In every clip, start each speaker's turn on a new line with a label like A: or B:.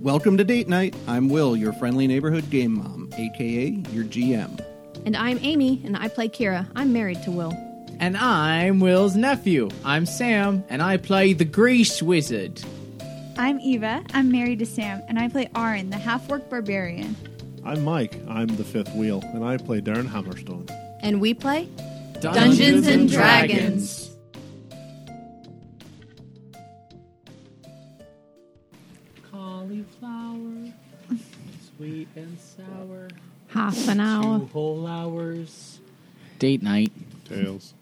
A: Welcome to Date Night. I'm Will, your friendly neighborhood game mom, aka your GM.
B: And I'm Amy, and I play Kira. I'm married to Will.
C: And I'm Will's nephew. I'm Sam, and I play the Grease Wizard.
D: I'm Eva. I'm married to Sam, and I play Arin, the half-orc barbarian.
E: I'm Mike. I'm the fifth wheel, and I play Darren Hammerstone.
B: And we play
C: Dungeons and
B: Dragons.
C: Cauliflower, sweet and sour,
B: half an hour.
C: whole hours. Date night.
E: Tails.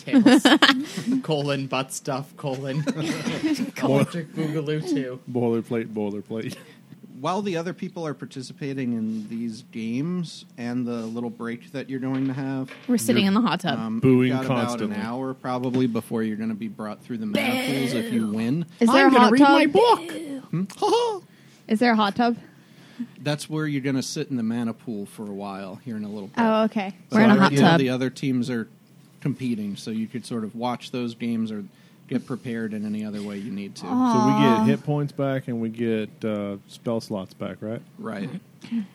C: Tails. colon butt stuff. Colon. Electric Boogaloo too.
E: Boilerplate, boilerplate.
A: While the other people are participating in these games and the little break that you're going to have,
B: We're sitting in the hot tub.
A: um,
E: Booing
A: you've got
E: constantly.
A: about an hour probably before you're going to be brought through the manacles if you win.
F: Is there
C: I'm
F: a
C: gonna
F: hot
C: read
F: tub?
C: my book.
F: Is there a hot tub?
A: That's where you're going to sit in the mana pool for a while here in a little bit.
F: Oh, okay.
B: We're in a hot
A: already all
B: tub.
A: The other teams are competing, so you could sort of watch those games or get prepared in any other way you need to.
E: So we get hit points back and we get uh, spell slots back, right?
A: Right.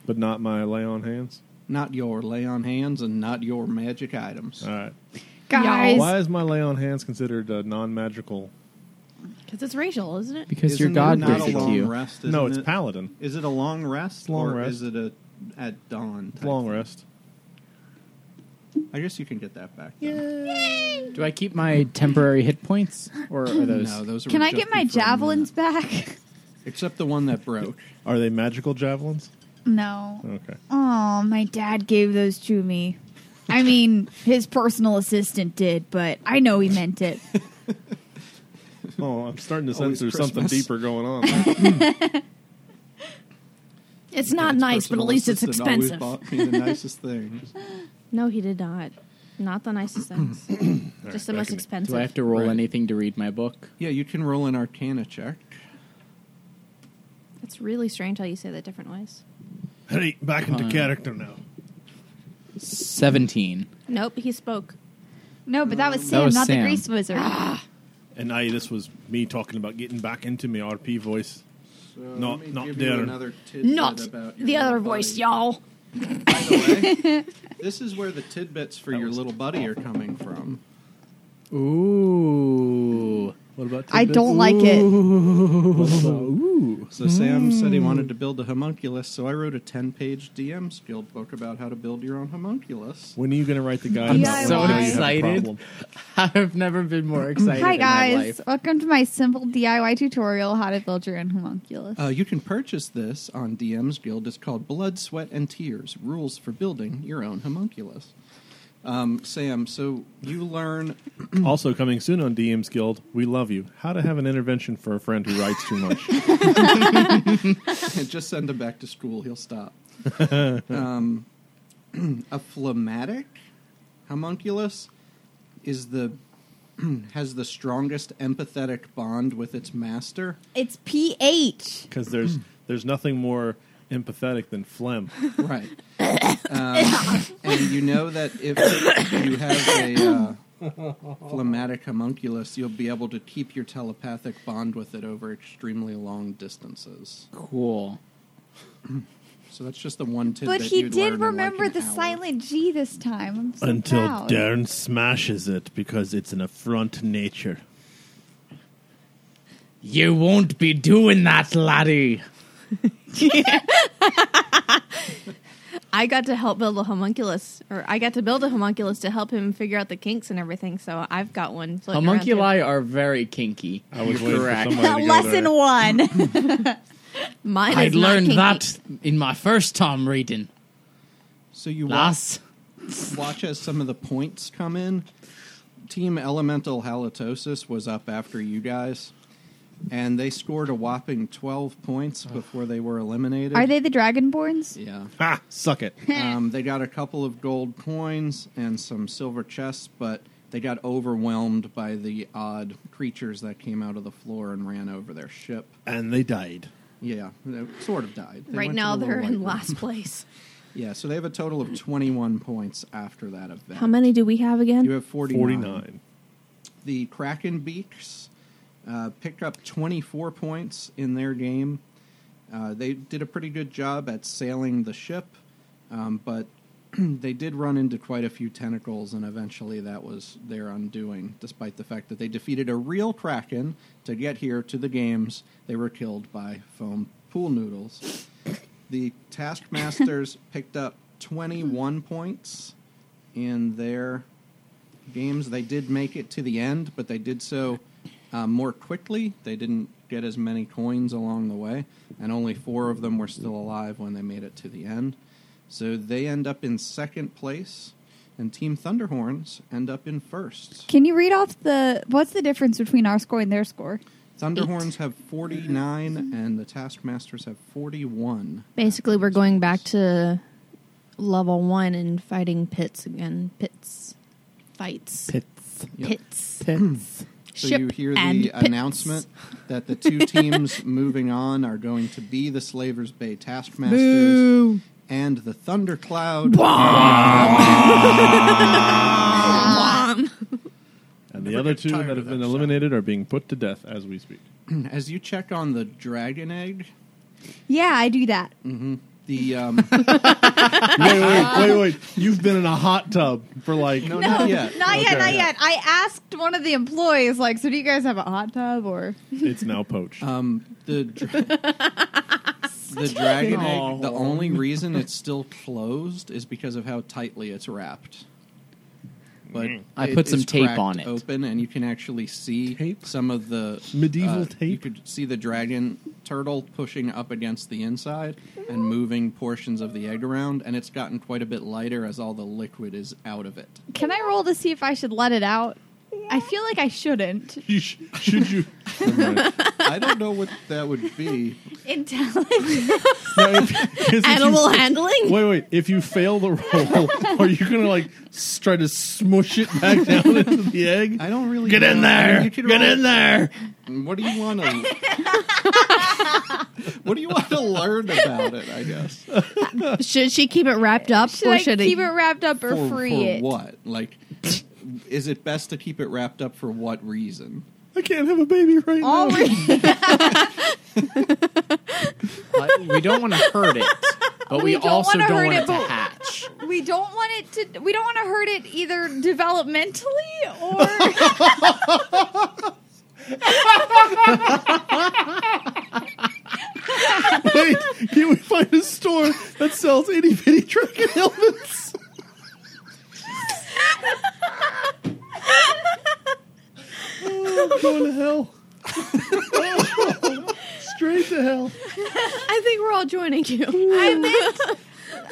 E: But not my lay on hands.
A: Not your lay on hands and not your magic items.
E: All right.
F: Guys,
E: Why is my lay on hands considered uh, non magical?
B: Because it's racial, isn't it?
C: Because your
A: Isn't it
C: god
A: not
C: gives
A: a
C: it to
A: long
C: you.
A: rest? Isn't
E: No, it's
A: it?
E: paladin.
A: Is it a long rest?
E: long
A: or
E: rest.
A: Is it a at dawn?
E: It's
A: type
E: long
A: thing?
E: rest.
A: I guess you can get that back. Yeah.
C: Do I keep my temporary hit points, or are those?
A: No, those.
D: Can
A: were
D: I get
A: just
D: my
A: good for a
D: javelins
A: minute.
D: back?
A: Except the one that broke.
E: Are they magical javelins?
D: no.
E: Okay.
D: Oh, my dad gave those to me. I mean, his personal assistant did, but I know he meant it.
E: Oh, I'm starting to sense
A: Always
E: there's something
A: Christmas.
E: deeper going on.
B: It's not
A: Dad's
B: nice, but at
A: personal
B: least it's
A: assistant always
B: expensive.
A: bought me the nicest things.
B: No, he did not. Not the nicest things. Just the
E: back
B: most
E: in it.
B: expensive.
C: Do I have to roll
A: Right.
C: anything to read my book?
A: Yeah, you can roll an Arcana check.
B: It's really strange how you say that different ways.
E: hey, back into character now.
C: Seventeen.
B: Nope, he spoke.
D: No, but that was Sam,
C: That was
D: not
C: Sam.
D: the grease wizard.
E: And I, this was me talking about getting back into my RP voice.
A: So
E: Not-
A: let me
E: not
A: give
E: there.
A: You another tidbit
B: Not
A: about your
B: the
A: little
B: other voice,
A: buddy.
B: y'all.
A: By the way, this is where the tidbits for your little buddy are coming from.
C: Ooh.
E: What about
F: I don't like it.
E: Ooh.
A: So Sam said he wanted to build a homunculus, so I wrote a ten-page DM skill book about how to build your own homunculus.
E: When are you going to write the guide?
D: I'm
E: about
D: so
E: why you have a
C: excited.
E: problem?
C: I've never been more excited.
F: Hi
C: in my
F: guys,
C: life.
F: welcome to my simple DIY tutorial how to build your own homunculus.
A: Uh, you can purchase this on DM's Guild. It's called Blood, Sweat, and Tears: Rules for Building Your Own Homunculus. Um, Sam, so you learn
E: Also coming soon on DM's Guild, we love you. How to have an intervention for a friend who writes too much.
A: just send him back to school. He'll stop. um, a phlegmatic homunculus is the has the strongest empathetic bond with its master.
D: It's pH.
E: Because there's there's nothing more empathetic than phlegm.
A: Right. Um, and you know that if you have a uh, phlegmatic homunculus, you'll be able to keep your telepathic bond with it over extremely long distances.
C: Cool.
A: So that's just the one tidbit.
F: But he
A: you'd
F: did
A: learn in, like,
F: remember
A: an
F: the
A: hour.
F: silent G this time. I'm so proud.
E: smashes it because it's an affront to nature.
C: You won't be doing that, laddie.
B: I got to help build a homunculus, or I got to build a homunculus to help him figure out the kinks and everything. So I've got one. floating around, too.
C: Homunculi are very kinky.
E: I was
C: You're
E: waiting
C: correct.
E: for somebody to go
D: Lesson
E: there.
D: one.
B: Mine
C: I
B: is not
C: learned
B: kinky.
C: that in my first time reading.
A: So you wa-
C: Lass.
A: watch as some of the points come in. Team Elemental Halitosis was up after you guys, and they scored a whopping 12 points before they were eliminated.
F: Are they the dragonborns?
A: Yeah.
E: Ha! Suck it.
B: Hmm.
A: um, they got a couple of gold coins and some silver chests, but they got overwhelmed by the odd creatures that came out of the floor and ran over their ship.
E: And they died.
A: Yeah, they sort of died. They
B: Right
A: went to
B: now,
A: the
B: they're
A: little
B: in
A: white room.
B: last place.
A: Yeah, so they have a total of 21 points after that event.
B: How many do we have again?
A: You have 49.
E: 49.
A: The Kraken Beaks uh, picked up 24 points in their game, Uh, they did a pretty good job at sailing the ship, um, but they did run into quite a few tentacles, and eventually that was their undoing. Despite the fact that they defeated a real kraken to get here to the games, they were killed by foam pool noodles. The Taskmasters picked up 21 points in their games. They did make it to the end, but they did so uh, more quickly. They didn't get as many coins along the way, and only four of them were still alive when they made it to the end. So they end up in second place, and Team Thunderhorns end up in first.
F: Can you read off the what's the difference between our score and their score?
A: Thunderhorns have 49, and the Taskmasters have 41.
B: Basically, we're going back to level one and fighting pits again. Pits, fights,
C: Pits.
A: Yep.
B: pits. Hmm.
C: Pits.
A: So
B: Ship
A: you hear
B: and
A: the
B: pits.
A: announcement that the two teams moving on are going to be the Slavers Bay Taskmasters and the Thundercloud.
E: And
A: never
E: the other
A: get
E: two
A: tired
E: that
A: of
E: have been
A: that sound.
E: eliminated are being put to death as we speak.
A: As you check on the Dragon Egg,
F: Yeah, I do that.
A: Mm-hmm. the um,
E: wait, wait, wait, wait. You've been in a hot tub for like.
A: no, not yet.
F: Not
E: Okay.
F: yet, not yet. I asked one of the employees, like, so do you guys have a hot tub or?
E: It's now poached.
A: Um, the dra- the dragon
C: Aw.
A: egg. The only reason it's still closed is because of how tightly it's wrapped. But
C: I
A: it
C: put some
A: is
C: tape
A: cracked
C: on it.
A: Open, and you can actually see
E: Tape?
A: some of the
E: Medieval
A: uh, You
E: tape?
A: could see the dragon turtle pushing up against the inside
C: Mm-hmm.
A: and moving portions of the egg around, and it's gotten quite a bit lighter as all the liquid is out of it.
F: Can I roll to see if I should let it out? I feel like I shouldn't.
E: You sh- should you? Never mind.
A: I don't know what that would be.
F: Intelligence.
E: No, if- 'cause if you-
B: Animal handling.
E: Wait, wait. If you fail the roll, are you gonna like s- try to smush it back down into the egg?
A: I don't really
E: Get in
A: know. I mean,
E: there!
A: you could
E: Get
A: roll-
E: in there!
A: What do you want to? what do you want to learn about it? I guess.
B: Should she keep it wrapped up,
F: Should
B: or
F: I
B: should
F: keep
B: it?
F: it wrapped up or
A: for
F: free
A: for
F: it?
A: what? Like, is it best to keep it wrapped up for what reason?
E: I can't have a baby right
D: Oh,
F: All
E: now.
F: we,
C: But we don't want to hurt it, but we,
F: We don't
C: also
F: wanna
C: don't
F: hurt
C: want it,
F: it,
C: to
F: but-
C: hatch.
F: we don't want it to. We don't want to hurt it either developmentally or.
E: Wait, can we find a store that sells itty bitty dragon helmets? oh, I'm going to hell. Straight to hell.
B: I think we're all joining you.
F: I meant.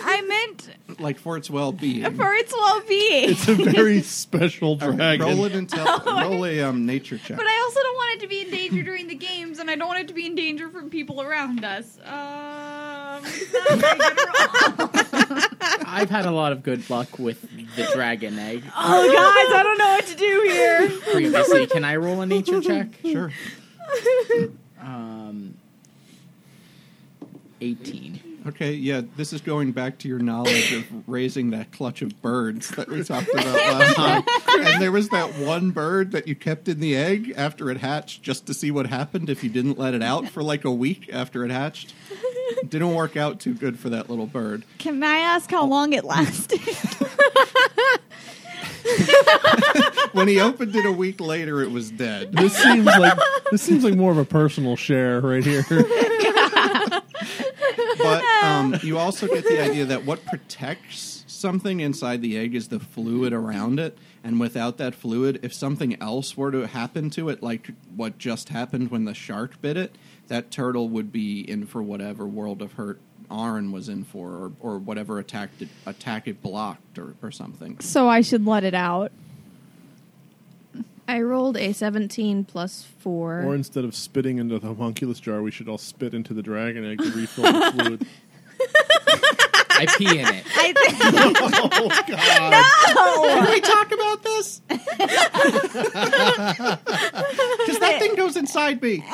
F: I meant
A: Like for its well-being.
F: for its well-being,
E: It's a very special dragon.
A: roll it until roll a um, nature check.
F: but I also don't want it to be in danger during the games, and I don't want it to be in danger from people around us. Um, not a very good roll.
C: I've had a lot of good luck with the dragon egg
F: Oh, guys, I don't know what to do here.
C: previously. Can I roll a nature check?
A: sure.
C: Um, 18.
A: Okay. Yeah. This is going back to your knowledge of raising that clutch of birds that we talked about last time. And there was that one bird that you kept in the egg after it hatched, just to see what happened if you didn't let it out for like a week after it hatched. Didn't work out too good for that little bird.
F: Can I ask how long it lasted?
A: When he opened it a week later, it was dead.
E: This seems like this seems like more of a personal share right here.
A: But um, you also get the idea that what protects something inside the egg is the fluid around it. And without that fluid, if something else were to happen to it, like what just happened when the shark bit it, that turtle would be in for whatever world of hurt Arn was in for, or, or whatever attack it, attack it blocked, or, or something.
F: so I should let it out.
B: I rolled a seventeen plus four.
E: Or instead of spitting into the homunculus jar, we should all spit into the dragon egg to refill the fluid.
C: I pee in it.
F: I think
E: Oh God!
A: Can
E: No!
A: we talk about this? Because that thing goes inside me.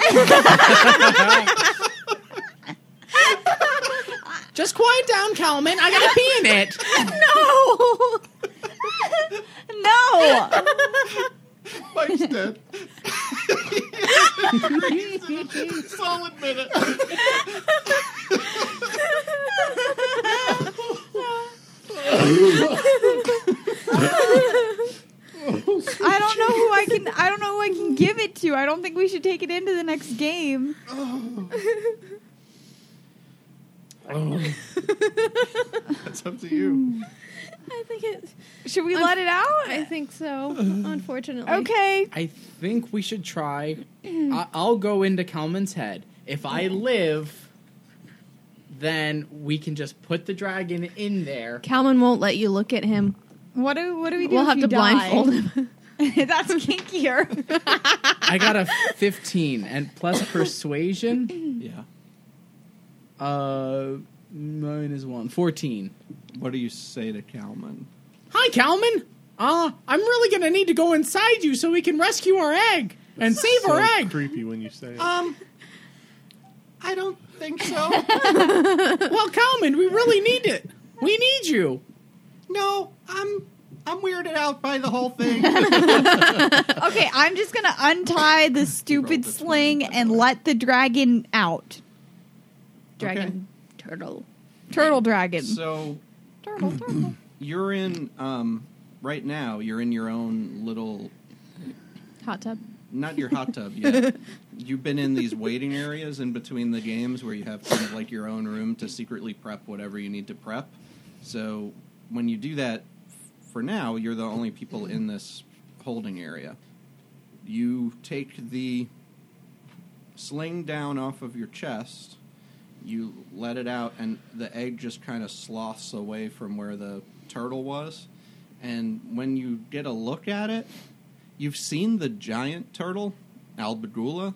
C: Just quiet down, Calman. I gotta pee in it.
F: no, no.
A: Mike's dead.
G: Solid minute.
F: I don't know who I can. I don't know who I can give it to. I don't think we should take it into the next game.
G: That's up to you.
B: I think it.
F: Should we
B: I'm-
F: let it
B: I
F: out?
B: think so. Unfortunately.
F: Okay.
C: I think we should try. I- I'll go into Kalman's head. If I live, then we can just put the dragon in there.
B: Calman won't let you look at him.
F: What do What do we do?
B: We'll
F: if
B: have
F: you
B: to
F: die?
B: blindfold him.
F: That's kinkier.
C: I got a 15 and plus persuasion.
A: Yeah.
C: Uh, minus one. 14.
A: What do you say to Kalman?
C: Hi, Kalman. Uh, I'm really gonna need to go inside you so we can rescue our egg and save
E: so
C: our egg.
E: Creepy when you say it.
C: um,
A: I don't think so.
C: well, Kalman, we really need it. We need you.
A: no, I'm I'm weirded out by the whole thing.
F: okay, I'm just gonna untie the stupid
A: the
F: sling and let the dragon out.
B: Dragon turtle.
F: Turtle dragon.
A: so
F: turtle. Turtle.
A: you're in um right now, you're in your own little
B: Hot tub.
A: not your hot tub yet. You've been in these waiting areas in between the games where you have kind of like your own room to secretly prep whatever you need to prep. So when you do that, f- for now, you're the only people in this holding area. You take the sling down off of your chest, you let it out, and the egg just kind of sloths away from where the turtle was. And when you get a look at it, you've seen the giant turtle, Albadula,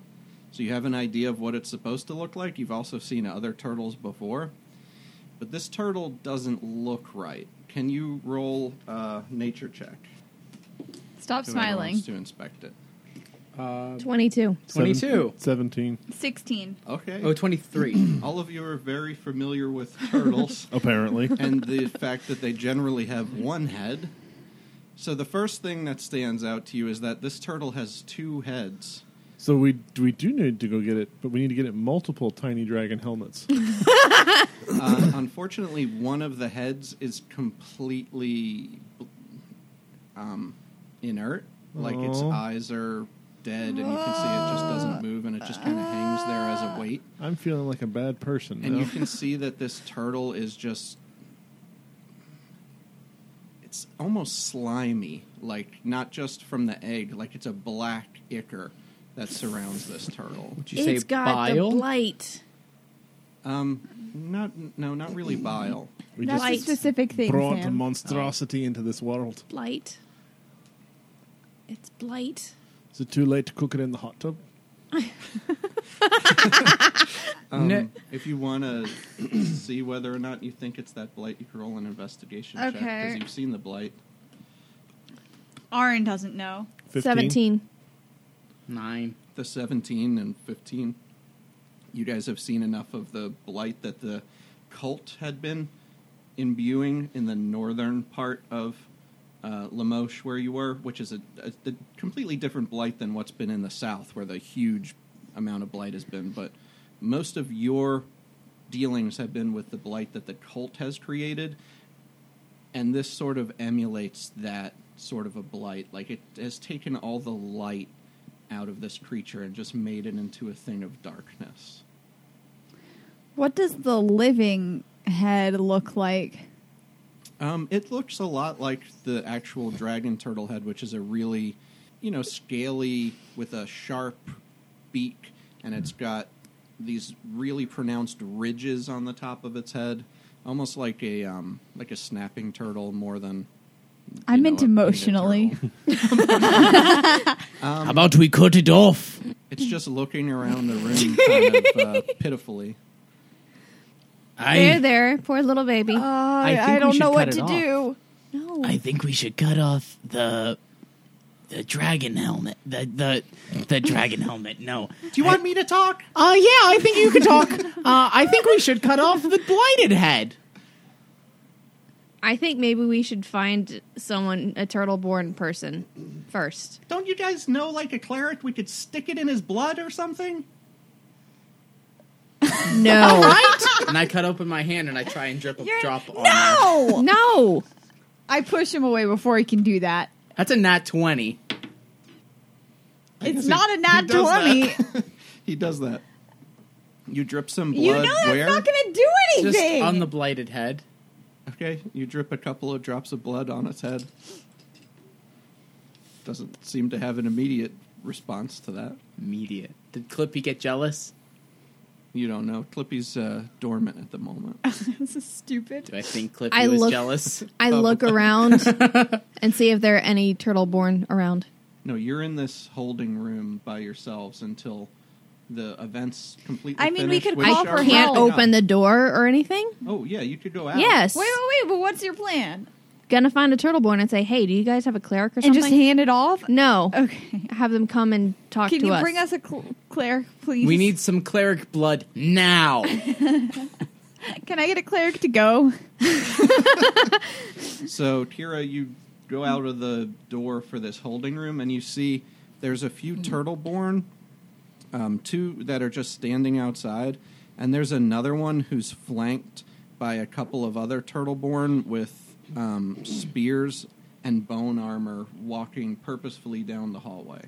A: so you have an idea of what it's supposed to look like. You've also seen other turtles before, but this turtle doesn't look right. Can you roll a nature check?
D: Stop
A: Whoever wants to inspect it.
C: Uh,
B: 22.
E: Seven-
C: 22.
E: 17.
F: 16.
A: Okay.
C: oh, 23.
A: All of you are very familiar with turtles
E: Apparently.
A: and the fact that they generally have one head. So the first thing that stands out to you is that this turtle has two heads.
E: so we we do need to go get it, but we need to get it multiple tiny dragon helmets.
A: Uh, unfortunately, one of the heads is completely um, inert. Like its
E: Oh.
A: eyes are dead, and you can see it just doesn't move, and it just kind of hangs there as a weight.
E: I'm feeling like a bad person.
A: And
E: now.
A: you can see that this turtle is just. It's almost slimy. Like, not just from the egg, like, it's a black ichor that surrounds this turtle.
C: Would you
B: It's
C: say
B: got
C: bile?
B: the blight.
A: Um, not, no, not really bile.
E: we
D: That's
E: just
D: a specific thing,
E: brought
D: Sam.
E: monstrosity into this world.
B: Blight. It's blight.
E: Is it too late to cook it in the hot tub?
A: Um,
C: No.
A: If you want to see whether or not you think it's that blight, you can roll an investigation check
F: Okay.
A: because you've seen the blight.
F: Aaron doesn't know.
E: 15?
B: 17.
C: Nine.
A: The 17 and 15, you guys have seen enough of the blight that the cult had been imbuing in the northern part of uh, Lamoche, where you were, which is a, a, a completely different blight than what's been in the south, where the huge amount of blight has been. But most of your dealings have been with the blight that the cult has created, and this sort of emulates that sort of a blight. Like it has taken all the light out of this creature and just made it into a thing of darkness.
D: What does the living head look like?
A: Um, it looks a lot like the actual dragon turtle head, which is a really, you know, scaly with a sharp beak, and it's got these really pronounced ridges on the top of its head, almost like a um, like a snapping turtle more than.
D: I
A: you
D: meant
A: know, a painted
D: emotionally.
A: turtle.
C: How about we cut it off?
A: It's just looking around the room kind of uh, pitifully.
B: There, there. Poor little baby.
D: Uh,
C: I think I we don't
F: don't
C: should know
F: know
C: cut what
F: what
C: it to
F: to
C: off. do.
F: do.
B: no.
H: I think we should cut off the the dragon helmet. The the the dragon helmet. No.
A: Do you want me to talk?
C: Uh, yeah, I think you could talk. uh, I think we should cut off the blighted head.
B: I think maybe we should find someone, a turtle born person, first.
A: Don't you guys know, like a cleric, we could stick it in his blood or something?
B: No.
C: and I cut open my hand and I try and drip a drop on there.
D: No!
B: no.
D: I push him away before he can do that.
C: That's a nat 20.
D: It's not a
A: he
D: nat
A: does
D: 20.
A: that. he does that. You drip some blood
D: You know that's
A: where?
D: not going to do
C: Just
D: anything.
C: on the blighted head.
A: Okay, you drip a couple of drops of blood on its head. Doesn't seem to have an immediate response to that.
C: Immediate. Did Clippy get jealous?
A: You don't know. Clippy's uh, dormant at the moment.
D: this is stupid.
C: Do I think Clippy
B: I
C: was
B: look-
C: jealous?
B: I look around and see if there are any turtle born around.
A: No, you're in this holding room by yourselves until the events completely.
D: I mean, we
A: finish,
D: could
A: which
D: call
A: are
D: for
B: Can't
A: wrapping
B: open
A: up.
B: the door or anything?
A: Oh yeah, you could go out.
B: Yes.
D: Wait, wait, wait, but what's your plan?
B: Gonna find a turtle born and say, hey, do you guys have a cleric or
D: And
B: something?
D: just hand it off?
B: no.
D: Okay.
B: Have them come and talk
D: Can
B: to
D: you
B: us.
D: bring us a cl- cleric, please?
C: We need some cleric blood now.
D: Can I get a cleric to go?
A: So Tira, you go out of the door for this holding room, and you see there's a
B: Mm.
A: few turtleborn, um, two that are just standing outside, and there's another one who's flanked by a couple of other turtleborn with um, spears and bone armor, walking purposefully down the hallway.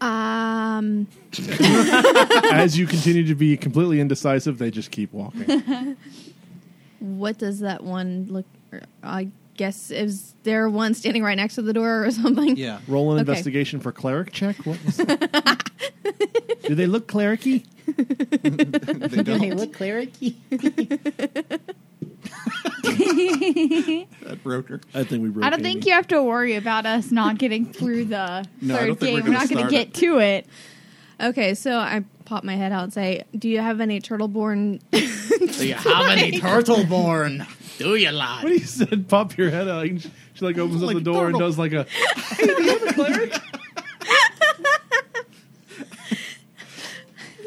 B: Um,
E: As you continue to be completely indecisive, they just keep walking.
B: what does that one look? I guess is there one standing right next to the door or something?
A: Yeah,
E: Roll an
B: Okay.
E: investigation for cleric check. What was that? Do they look clericy?
A: they don't.
C: look clericy?
A: That broker.
E: I think we.
D: I don't think you have to worry about us not getting through the
A: No, I don't
D: third
A: think we're
D: game.
A: gonna
D: We're not going
A: start
D: to get
A: it.
D: to it.
B: Okay, so I pop my head out and say, "Do you have any turtleborn?"
H: Do you have any turtle born? Do you,
E: What do
H: lad?
E: you said? Pop your head out. and She she, like opens up the door and does like a.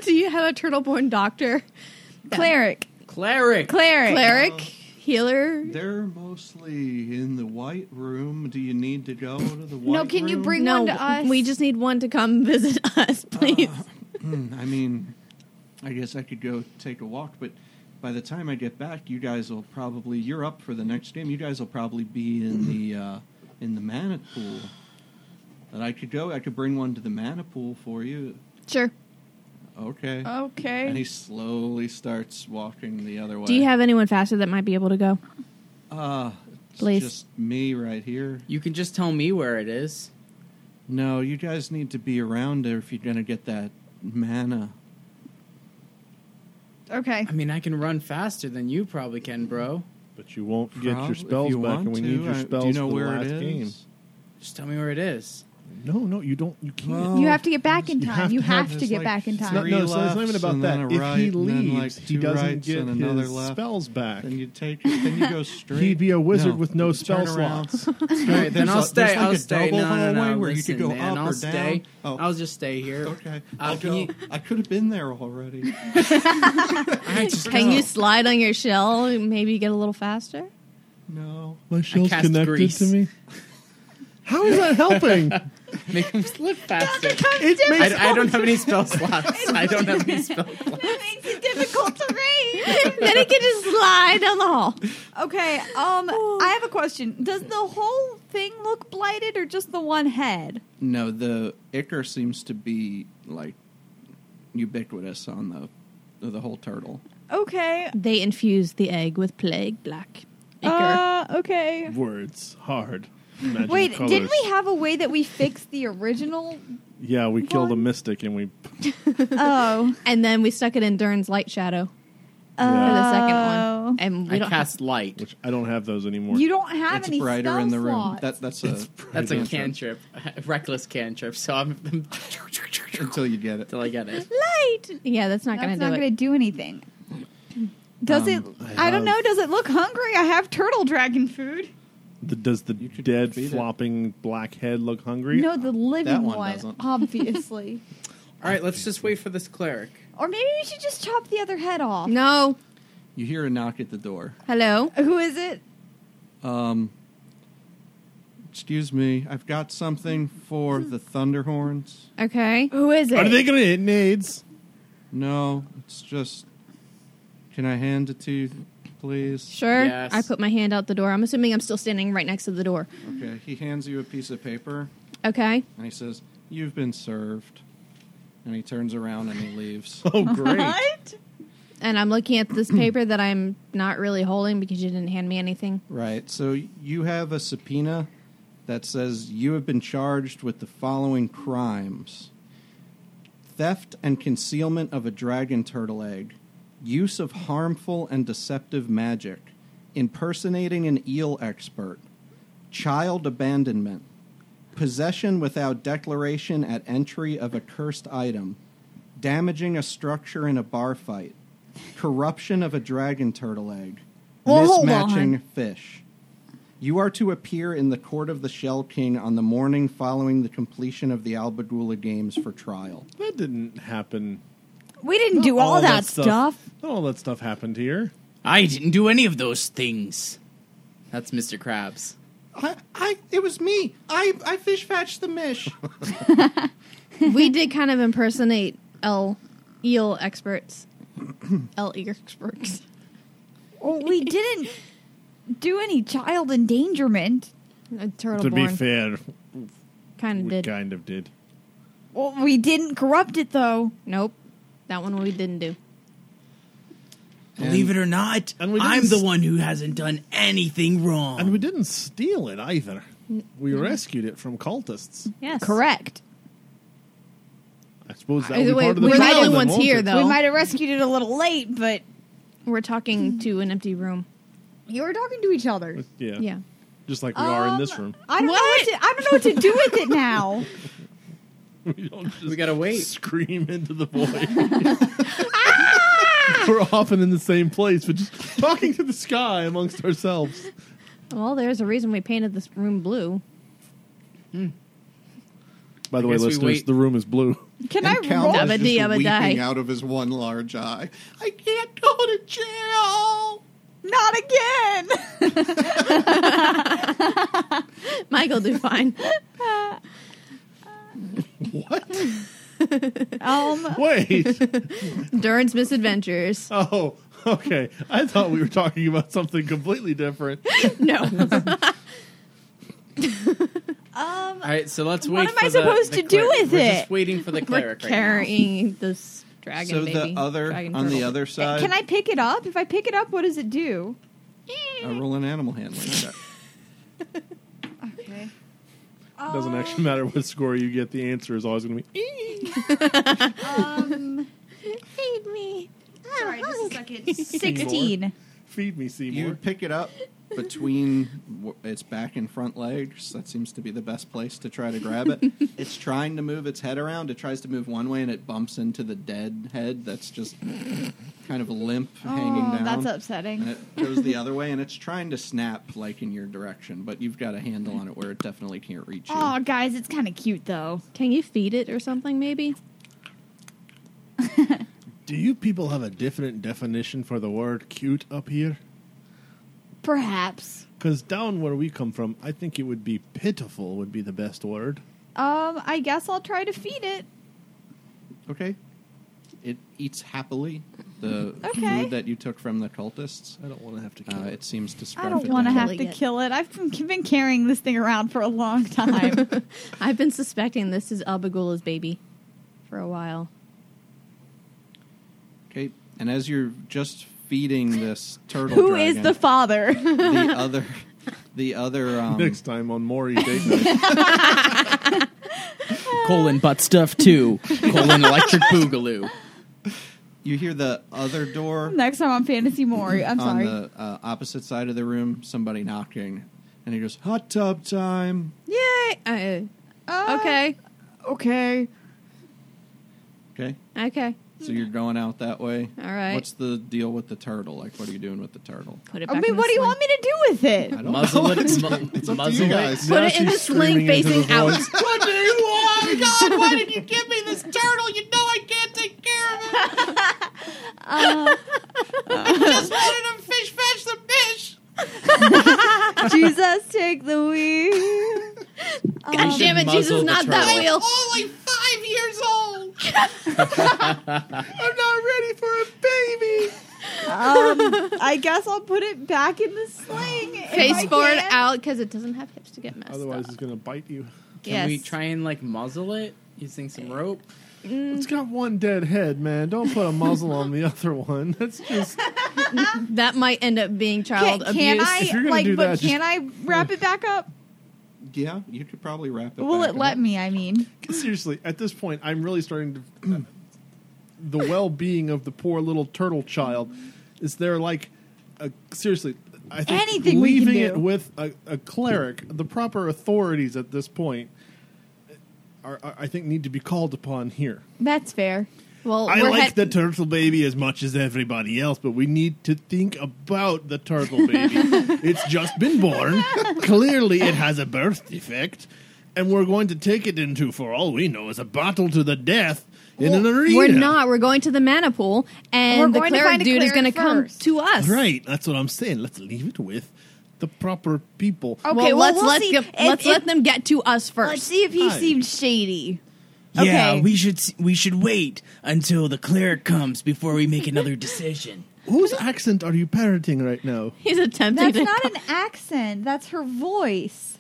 B: Do you have a turtleborn doctor,
D: Cleric.
C: Cleric.
D: Cleric.
B: cleric, healer?
A: They're mostly in the white room. Do you need to go to the white
D: No, can you
A: room?
D: bring
B: No,
D: one to us?
B: we just need one to come visit us, please.
A: Hmm, I mean, I guess I could go take a walk, but by the time I get back, you guys will probably you're up for the next game. You guys will probably be in the uh, in the mana pool. And I could go. I could bring one to the mana pool for you.
B: sure.
A: Okay.
D: Okay.
A: And he slowly starts walking the other way.
B: Do you have anyone faster that might be able to go?
A: Uh, it's
B: Please.
A: Just me right here.
C: You can just tell me where it is.
A: No, you guys need to be around there if you're gonna get that mana.
D: Okay.
C: I mean, I can run faster than you probably can, bro.
E: But you won't get
A: Prob-
E: your
A: if
E: spells
A: you
E: back,
A: want
E: and we
A: to.
E: need your
A: I-
E: spells
A: Do you know
E: for
A: where
E: the last
A: it is?
E: game.
C: Just tell me where it is.
E: No, no, you don't. You can't.
A: Well,
D: You have to get back in
E: You
D: time.
E: have
D: You
E: to have
D: have, to
A: this,
D: get
A: like,
D: back in
A: it's
E: It's
D: time.
E: not, no,
A: Three
E: so it's not even
A: lefts
E: about
A: and
E: that.
A: then a
E: if
A: right,
E: he
A: and then, like,
E: leaves, he
A: two
E: doesn't
A: rights
E: get
A: and another
E: his
A: left.
E: spells back.
A: Then you take. Then you go straight.
E: He'd be a wizard
A: No,
E: with no
A: you
E: spell
A: turn around.
E: slots.
C: All right, then
A: There's
C: I'll
A: a-
C: stay.
A: there's like
C: I'll
A: a
C: stay.
A: double
C: No, no, no,
A: hallway
C: no.
A: where you
C: Listen,
A: could go
C: man,
A: up
C: I'll
A: or
C: stay.
A: down. Oh.
C: I'll just stay here.
A: Okay,
C: Uh,
A: I'll
C: can
A: go.
C: you-
A: I could have been there already.
C: I just
B: Can
C: go.
B: you slide on your shell and maybe get a little faster?
A: No,
E: My shell's
C: cast
E: connected
C: grease.
E: to me. How is that helping?
C: make him slip faster?
E: it
C: I,
E: makes
C: I don't have any spell slots. I don't have any spell slots.
D: It makes it difficult to read.
B: then it can just slide down the hall.
D: Okay, um, I have a question. Does the whole thing look blighted or just the one head?
A: no. The ichor seems to be like ubiquitous on the the whole turtle.
D: Okay.
B: They infuse the egg with plague black. Ichor.
D: Uh, okay.
E: words hard. Magic
D: Wait,
E: colors.
D: didn't we have a way that we fixed the original?
E: Yeah, we killed a
D: one?
E: mystic and we.
D: Oh.
B: and then we stuck it in Durin's light shadow for
E: Yeah,
B: the second
D: Oh.
B: one. And we
C: I
B: don't
C: cast light.
E: which I don't have those anymore.
D: You don't have
A: It's
D: any
A: brighter
D: spell
A: in the room.
D: slots.
A: That that's a
C: That's a
E: Right.
C: cantrip, a reckless cantrip. So I'm
A: until you get it.
C: until I get it.
B: have, yeah, that's not
D: That's
B: going to do it.
D: not going to do anything. Does
A: Um,
D: it? I don't know. Does it look hungry? I have turtle dragon food.
E: The- does the
A: could
E: dead
A: beat it.
E: flopping black head look hungry?
D: No, the living
A: one
D: one,
A: doesn't.
D: obviously.
C: All right, let's just wait for this cleric.
D: Or maybe we should just chop the other head off.
B: No.
A: You hear a knock at the door.
B: Hello.
D: Who is it?
A: Um, excuse me, I've got something for the Thunderhorns.
B: Okay.
D: Who is it?
E: Are they going to hit nades?
A: No, it's just. Can I hand it to you, please?
B: Sure.
C: Yes.
B: I put my hand out the door. I'm assuming I'm still standing right next to the door.
A: Okay. He hands you a piece of paper
B: Okay.
A: and he says, You've been served. And he turns around and he leaves.
E: Oh, great.
D: What?
B: And I'm looking at this paper that I'm not really holding because you didn't hand me anything.
A: right. So you have a subpoena that says you have been charged with the following crimes theft and concealment of a dragon turtle egg, use of harmful and deceptive magic, impersonating an eel expert, child abandonment, possession without declaration at entry of a cursed item, damaging a structure in a bar fight, corruption of a dragon turtle egg,
D: Well, hold
A: mismatching fish. You are to appear in the court of the Shell King on the morning following the completion of the Albagula Games for trial.
E: That didn't happen.
D: We didn't
E: Not
D: do all, that, stuff.
E: Not all that stuff happened here.
H: I didn't do any of those things.
C: That's Mr. Krabs.
A: I, I, it was me. I, I fish fetched the mish.
B: we did kind of impersonate L eel experts. L eel experts.
D: Well, we didn't do any child endangerment.
B: A turtle
E: to be
B: born
E: fair,
B: kind of
E: we
B: did.
E: kind of did.
D: Well, we didn't corrupt it though.
B: Nope. That one we didn't do.
H: Believe it or not,
E: and we didn't
H: I'm the
E: s-
H: one who hasn't done anything wrong.
E: And we didn't steal it either. We rescued it from cultists.
B: Yes.
D: Correct.
E: I suppose that
B: Either
E: would be
B: way,
E: part of the
B: we're the
E: trial
B: only
E: then,
B: ones
E: won't
B: here,
E: it?
B: though.
D: We might have rescued it a little late, but
B: We're talking to an empty room.
D: you were talking to each other.
E: Yeah.
B: Yeah.
E: Just like we are in this room.
D: I don't know. What to, I don't know what to do with it now.
E: We don't just
C: We gotta wait.
E: scream into the void. We're often in the same place, but just talking to the sky amongst ourselves.
B: Well, there's a reason we painted this room blue.
E: By the way,
C: guess we
E: listeners,
C: wait.
E: the room is blue.
D: Can
G: And
D: I
G: Cal
D: roll?
G: is
B: Dabba
G: just
B: dee, dabba
G: weeping
B: die.
G: out of his one large eye. I can't go to jail.
D: Not again.
B: Michael do fine.
E: What?
D: um,
E: Wait.
B: Durin's misadventures.
E: Oh, okay. I thought we were talking about something completely different.
B: No.
D: um,
C: All right, so let's
D: What
C: wait.
D: am
C: for the-
D: I supposed
C: the
D: to do
C: cleric.
D: with
C: We're
D: it?
C: Just waiting for the
B: We're
C: cleric. right now.
B: carrying this dragon
A: so
B: baby.
A: the other
B: dragon
A: on the
B: turtle.
A: other side.
D: Uh, can I pick it up? If I pick it up, what does it do?
B: Eh,
A: uh, roll an animal handling check?
D: Okay.
E: It doesn't actually matter what score you get. The answer is always going to be.
D: Um, feed me.
F: Sorry, just a second.
D: Ah, Sixteen.
E: Feed me,
A: You
E: Seymour.
A: pick it up between w- its back and front legs. That seems to be the best place to try to grab it. it's trying to move its head around. It tries to move one way and it bumps into the dead head that's just kind of limp hanging
D: oh,
A: down.
D: that's
A: and
D: upsetting.
A: it goes the other way and it's trying to snap like in your direction, but you've got a handle on it where it definitely can't reach you.
D: Oh, guys, it's kind of cute though.
B: Can you feed it or something, maybe?
E: Do you people have a different definition for the word cute up here?
D: Perhaps.
E: Because down where we come from, I think it would be pitiful, would be the best word.
D: Um, I guess I'll try to feed it.
A: Okay. It eats happily the
D: Okay.
A: food that you took from the cultists.
E: I don't want to have to kill
A: Uh,
E: it.
A: it seems to scarf
D: I don't
A: it
D: want to
A: down.
D: have
B: Killing
D: to
B: it.
D: kill it. I've been, been carrying this thing around for a long time.
B: I've been suspecting this is Albagula's baby for a while.
A: Okay. And as you're just feeding this turtle
D: Who is
A: dragon,
D: the father?
A: the other the other um,
E: Next time on Maury Date Night.
C: colon butt stuff too. colon electric boogaloo.
A: you hear the other door
D: Next time on Fantasy Mori. I'm
A: on
D: sorry.
A: the uh, opposite side of the room somebody knocking and he goes hot tub time
B: Yay!
D: Uh,
B: okay.
D: Okay.
A: okay
B: Okay.
A: so you're going out that way
B: All right.
A: what's the deal with the turtle like what are you doing with the turtle
B: Put it
D: I
B: back
D: mean,
B: in
D: what
B: the
D: do you
B: sling.
D: want me to do with it?
A: I don't
C: Muzzle
A: know.
C: it. mu-
G: It's up to you
C: muzzle it.
G: guys.
B: Put
E: Now
B: it in
E: she's
B: the sling
E: screaming into the
B: facing out.
E: void.
G: What do you want? Oh my God! Why did you give me this turtle? You know I can't take care of it.
D: Uh.
G: Let him fish fetch the fish.
I: Jesus, take the wheel.
B: God damn it,
C: muzzle
B: Jesus,
C: the
B: not that
C: troll.
B: wheel.
G: Only Oh, five years old. I'm not ready for a baby.
I: Um, I guess I'll put it back in the sling. if
B: Face
I: I
B: forward
I: can.
B: out because it doesn't have hips to get messed
E: Otherwise,
B: up.
E: it's going to bite you.
C: Can
B: yes.
C: we try and like muzzle it using
D: Eh.
C: some rope?
E: It's got one dead head, man. Don't put a muzzle on the other one. That's just.
B: that might end up being
I: Can,
B: child
I: can
B: abuse.
E: If
I: I
E: you're gonna
I: like?
E: do
I: But
E: that, just-
I: can I wrap it back up?
G: Yeah, you could probably wrap it.
D: Will
G: back
D: it
G: up.
D: let me? I mean,
E: Seriously, at this point, I'm really starting to. the well being of the poor little turtle child. Is there like. A, seriously. I think
D: Anything we
E: leaving
D: can
E: it
D: do.
E: with a, a cleric, the proper authorities at this point, are, are, I think need to be called upon here.
D: that's fair.
B: Well,
E: I
B: we're
E: like
B: head-
E: the turtle baby as much as everybody else, but we need to think about the turtle baby. it's just been born. Clearly, it has a birth defect, and we're going to take it into, for all we know, as a battle to the death in an arena.
B: We're not. We're going to the mana pool,
D: We're
B: and the
D: going to
B: cleric
D: find a
B: dude is going to
D: cleric
B: come
D: first.
B: to us.
E: Right, that's what I'm saying. Let's leave it with the proper people.
D: Okay,
B: well,
D: well,
B: let's
D: we'll
B: let
D: see
B: them,
D: if-
B: let's
D: if-
B: let them get to us 1st
D: Let's see if he
E: Hi.
D: seems shady.
H: Yeah,
D: Okay.
H: we should s- we should wait until the cleric comes before we make another decision.
E: Whose accent are you parroting right now?
B: He's attempting
I: That's
B: to.
I: not
B: co-
I: an accent. That's her voice.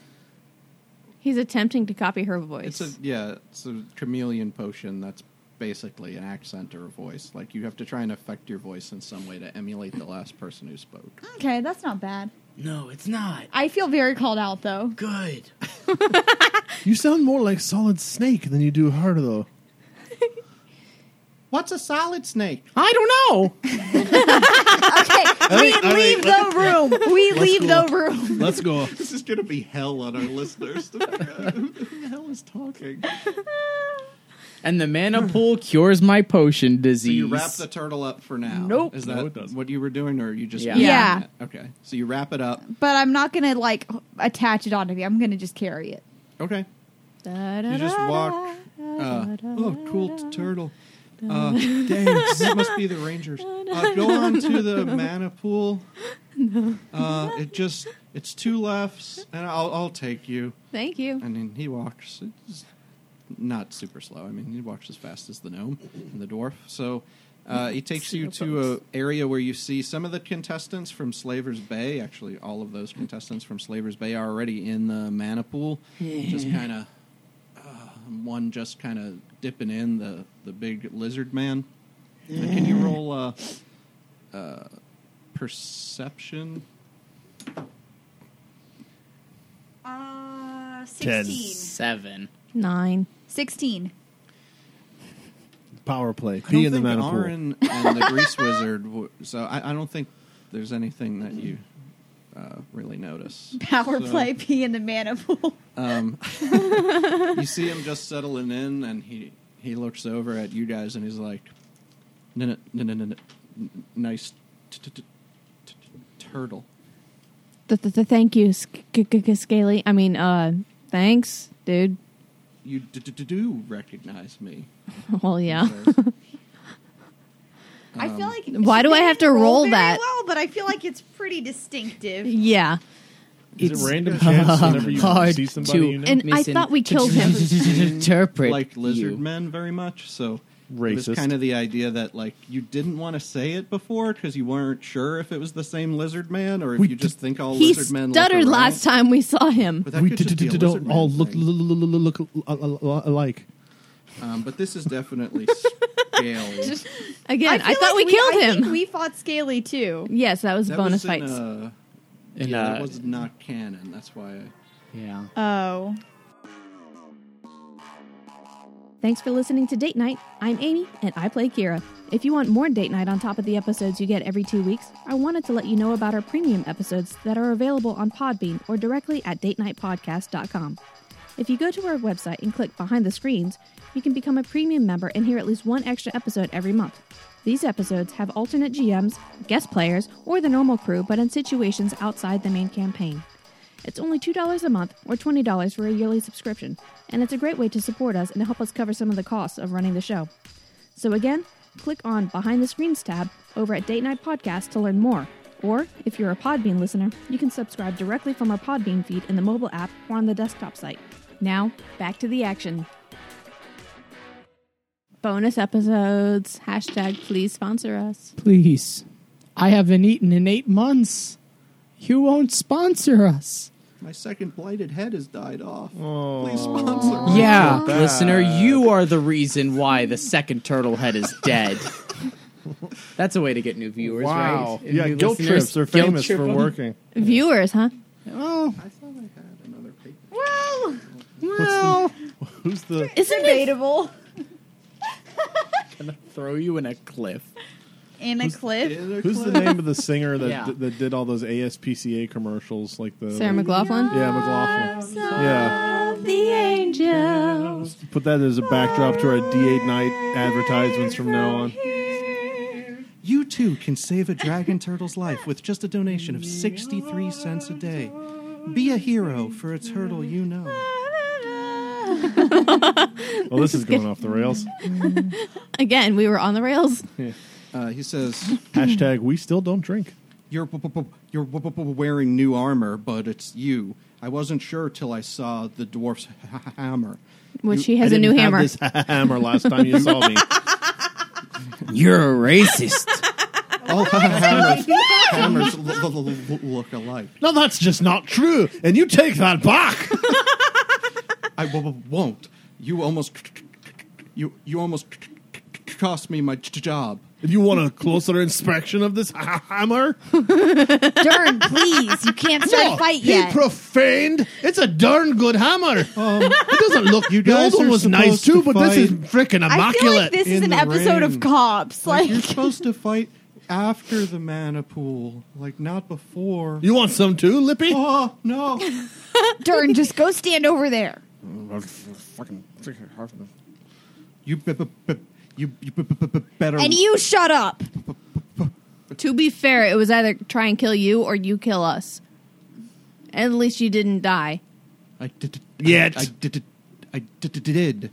B: he's attempting to copy her voice.
A: It's a yeah, it's a chameleon potion that's basically an accent or a voice. Like you have to try and affect your voice in some way to emulate the last person who spoke.
I: Okay, that's not bad.
H: No, it's not
I: I feel very called out though.
H: good.
E: You sound more like Solid Snake than you do her, though.
A: What's a solid snake?
C: I don't know.
I: Okay, we
E: all right,
I: leave the room. We leave the room.
E: Let's go.
G: This is gonna be hell on our listeners. to figure out Who the hell is talking?
C: And the mana pool cures my potion
A: So
C: disease.
A: you wrap the turtle up for now.
C: Nope.
A: Is
E: No,
A: that
E: it doesn't.
A: what you were doing, or you just
C: Yeah.
I: Yeah.
A: Okay, so you wrap it up.
I: But I'm not gonna like attach it onto me. I'm gonna just carry it.
A: Okay,
B: Da-da-da.
A: you just walk. Uh, oh, cool t- turtle. Uh, dang, that must be the Rangers. Uh, go on to the mana pool. Uh, it just, it's two lefts, and I'll, I'll take you.
B: Thank you.
A: And then he walks, it's not super slow. I mean, he walks as fast as the gnome and the dwarf. So uh, he takes you to a area where you see some of the contestants from Slaver's Bay. Actually, all of those contestants from Slaver's Bay are already in the mana pool. Just kind of one just kind of dipping in the the big lizard man. Uh, Can you roll uh, uh, perception?
I: Uh,
C: seven.
B: Nine.
I: Sixteen.
E: Power play.
A: I
E: Be
A: don't
E: in the
A: think
E: mana pool.
A: Aaron and the Grease Wizard. W- so I, I don't think there's anything that you uh, really notice.
I: Power
A: So-
I: play P in the mana pool.
A: Um, you see him just settling in, and he he looks over at you guys, and he's like, "No, no, no, no, no, n- nice t- t- t- t- t- turtle."
B: Th- th- th- thank you, Sc- g- g- g- Scaly. I mean, uh, thanks, dude.
A: You d- d- d- do recognize me.
B: Well, yeah.
A: Says.
I: I
A: Um,
I: feel like
B: Why do I have to
I: didn't
B: roll
I: very
B: that?
I: Well, but I feel like it's pretty distinctive.
B: Yeah.
E: Is
H: It's
E: it random chance whenever you
H: hard
E: see somebody
H: to-
E: you know?
B: And I
C: missing-
B: thought we killed him.
A: Interpret
H: Interpret
A: like lizard
H: you.
A: men very much. So it
E: Racist.
A: was kind of the idea that like you didn't want to say it before because you weren't sure if it was the same lizard man or if
E: We
A: you
E: d-
A: just think all
B: he
A: lizard men. look
B: stuttered
A: alike.
B: last time we saw him.
A: But that
E: we
A: could just be a lizard
E: don't
A: man
E: all look,
A: thing.
E: look, look, look, look alike.
A: Um, but this is definitely scale.
B: Again, I,
I: feel
B: thought
I: like
B: we killed
I: I
B: him.
I: think we fought Scaly too.
B: yes, that was
A: That was
B: bonus
A: in,
B: fights.
A: uh,
C: And,
A: yeah, that
C: uh,
A: was not canon. That's why. I,
C: yeah.
I: Oh.
B: Thanks for listening to Date Night. I'm Amy, and I play Kira. If you want more Date Night on top of the episodes you get every two weeks, I wanted to let you know about our premium episodes that are available on Podbean or directly at datenightpodcast.com. If you go to our website and click Behind the Screens, you can become a premium member and hear at least one extra episode every month. These episodes have alternate GMs, guest players, or the normal crew, but in situations outside the main campaign. It's only $2 a month or $20 for a yearly subscription, and it's a great way to support us and help us cover some of the costs of running the show. So, again, click on Behind the Screens tab over at Date Night Podcast to learn more. Or, if you're a Podbean listener, you can subscribe directly from our Podbean feed in the mobile app or on the desktop site. Now, back to the action.
J: Bonus episodes. Hashtag please sponsor us.
K: Please. I haven't eaten in eight months. You won't sponsor us.
A: My second blighted head has died off. Please sponsor. me.
C: Yeah, listener, you are the reason why the second turtle head is dead. That's a way to get new viewers,
E: Wow.
C: right? And
E: Yeah,
C: new
E: guilt
C: listeners.
E: trips are
C: Guilt
E: famous
C: trip
E: for
C: 'em.
E: working.
J: Viewers, huh?
K: Oh,
A: I thought I had another paper.
I: Well,
E: Well, who's the
J: Isn't it?
I: debatable.
C: Throw you in a cliff.
I: In a cliff.
A: Another
E: who's the
A: clip?
E: name of the singer that
C: Yeah.
E: that did all those ASPCA commercials like the
J: Sarah McLaughlin?
E: Yeah, McLaughlin. Yeah.
J: The angel.
E: Put that as a backdrop to our D8 night advertisements from now on.
A: You too can save a dragon turtle's life with just a donation of 63 cents a day. Be a hero for a turtle you know.
E: Well, Oh, this is going off the rails.
J: Again, we were on the rails.
A: Uh, he says,
E: Hashtag we still don't drink.
A: You're, b- b- b- you're b- b- b- wearing new armor, but it's you. I wasn't sure till I saw the dwarf's hammer.
J: Which she has
E: I
J: a new
E: didn't have
J: hammer.
E: This hammer last time you saw me.
H: You're a racist.
A: All hammers, hammers l- l- l- look alike.
E: No, that's just not true. And you take that back.
A: I w- w- won't. You almost you you almost cost me my j- job.
E: If you want a closer inspection of this ha- hammer,
D: Darn, please. You can't start
E: No,
D: a fight
E: he
D: yet.
E: profaned. It's a darn good hammer. Um, it doesn't look. You
A: guys
E: the old one
A: are
E: was nice
A: supposed
E: too,
A: to
E: but this is
A: fight.
E: freaking
I: I feel like
E: immaculate.
I: this is
A: in
I: an
A: the
I: episode of
A: ring.
I: Cops. Like,
A: Like, you're supposed to fight after the mana pool, like not before.
E: you want some too, Lippy?
A: oh no!
D: Darn, just go stand over there.
A: You b- b- b- you you b- b- b- b- better.
D: And you shut up.
J: To be fair, it was either try and kill you or you kill us. At least you didn't die.
A: I did.
E: Yet.
A: I did. I did. did.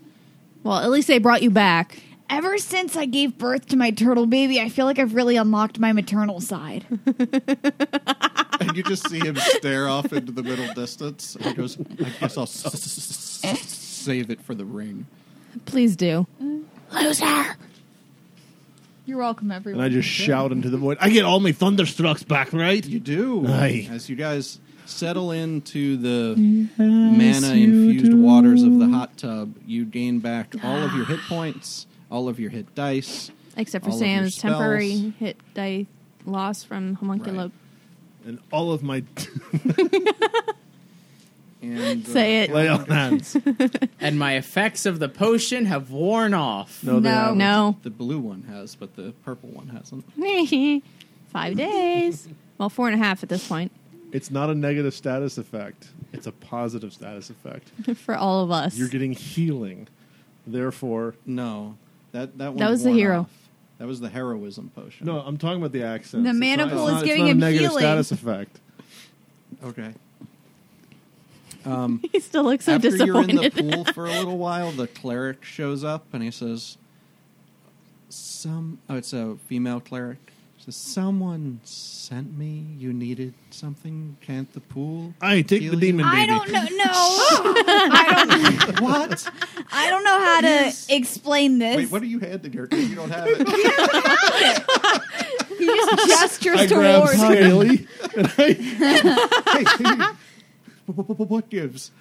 J: Well, at least they brought you back.
D: Ever since I gave birth to my turtle baby, I feel like I've really unlocked my maternal side.
A: And you just see him stare off into the middle distance. And he goes, "I guess I'll s- s- s- s- save it for the ring."
J: Please do.
D: You're welcome, everyone.
E: And I just shout into the void. I get all my thunderstrucks back, right?
A: You do.
E: Aye.
A: As you guys settle into the mana infused waters of the hot tub, you gain back all of your hit points, all of your hit dice.
J: Except for
A: All of your
J: Sam's
A: spells.
J: temporary hit die loss from homunculo.
A: Right.
E: And all of my
A: And, uh,
J: Say it.
E: lay on hands.
C: And my effects of the potion have worn off.
E: No, they
D: No.
E: haven't.
J: No.
A: The blue one has, but the purple one hasn't.
J: Five days. Well, four and a half at this point
E: It's not a negative status effect. It's a positive status effect.
J: for all of us.
E: You're getting healing. Therefore,
A: No, that that one.
J: was the hero.
A: That was the heroism potion.
E: no, I'm talking about the accent.
D: The mana pool is giving
E: not a
D: him
E: negative
D: healing.
E: status effect.
A: Okay.
J: he still looks so
A: After you're in the
J: disappointed.
A: pool for a little while, the cleric shows up and he says, "Some oh, it's a female cleric. Says someone sent me. You needed something. Can't the pool?
E: I take
A: heal
E: the
A: you?"
E: demon baby.
D: I don't know. No, I don't.
A: What?
D: I don't know how to explain this.
A: Wait, what are you handing her? 'Cause You don't have it.
D: He just
E: I
D: gestures
E: grab
D: towards.
E: Scaly and I
A: hey, hey, what- what- what gives?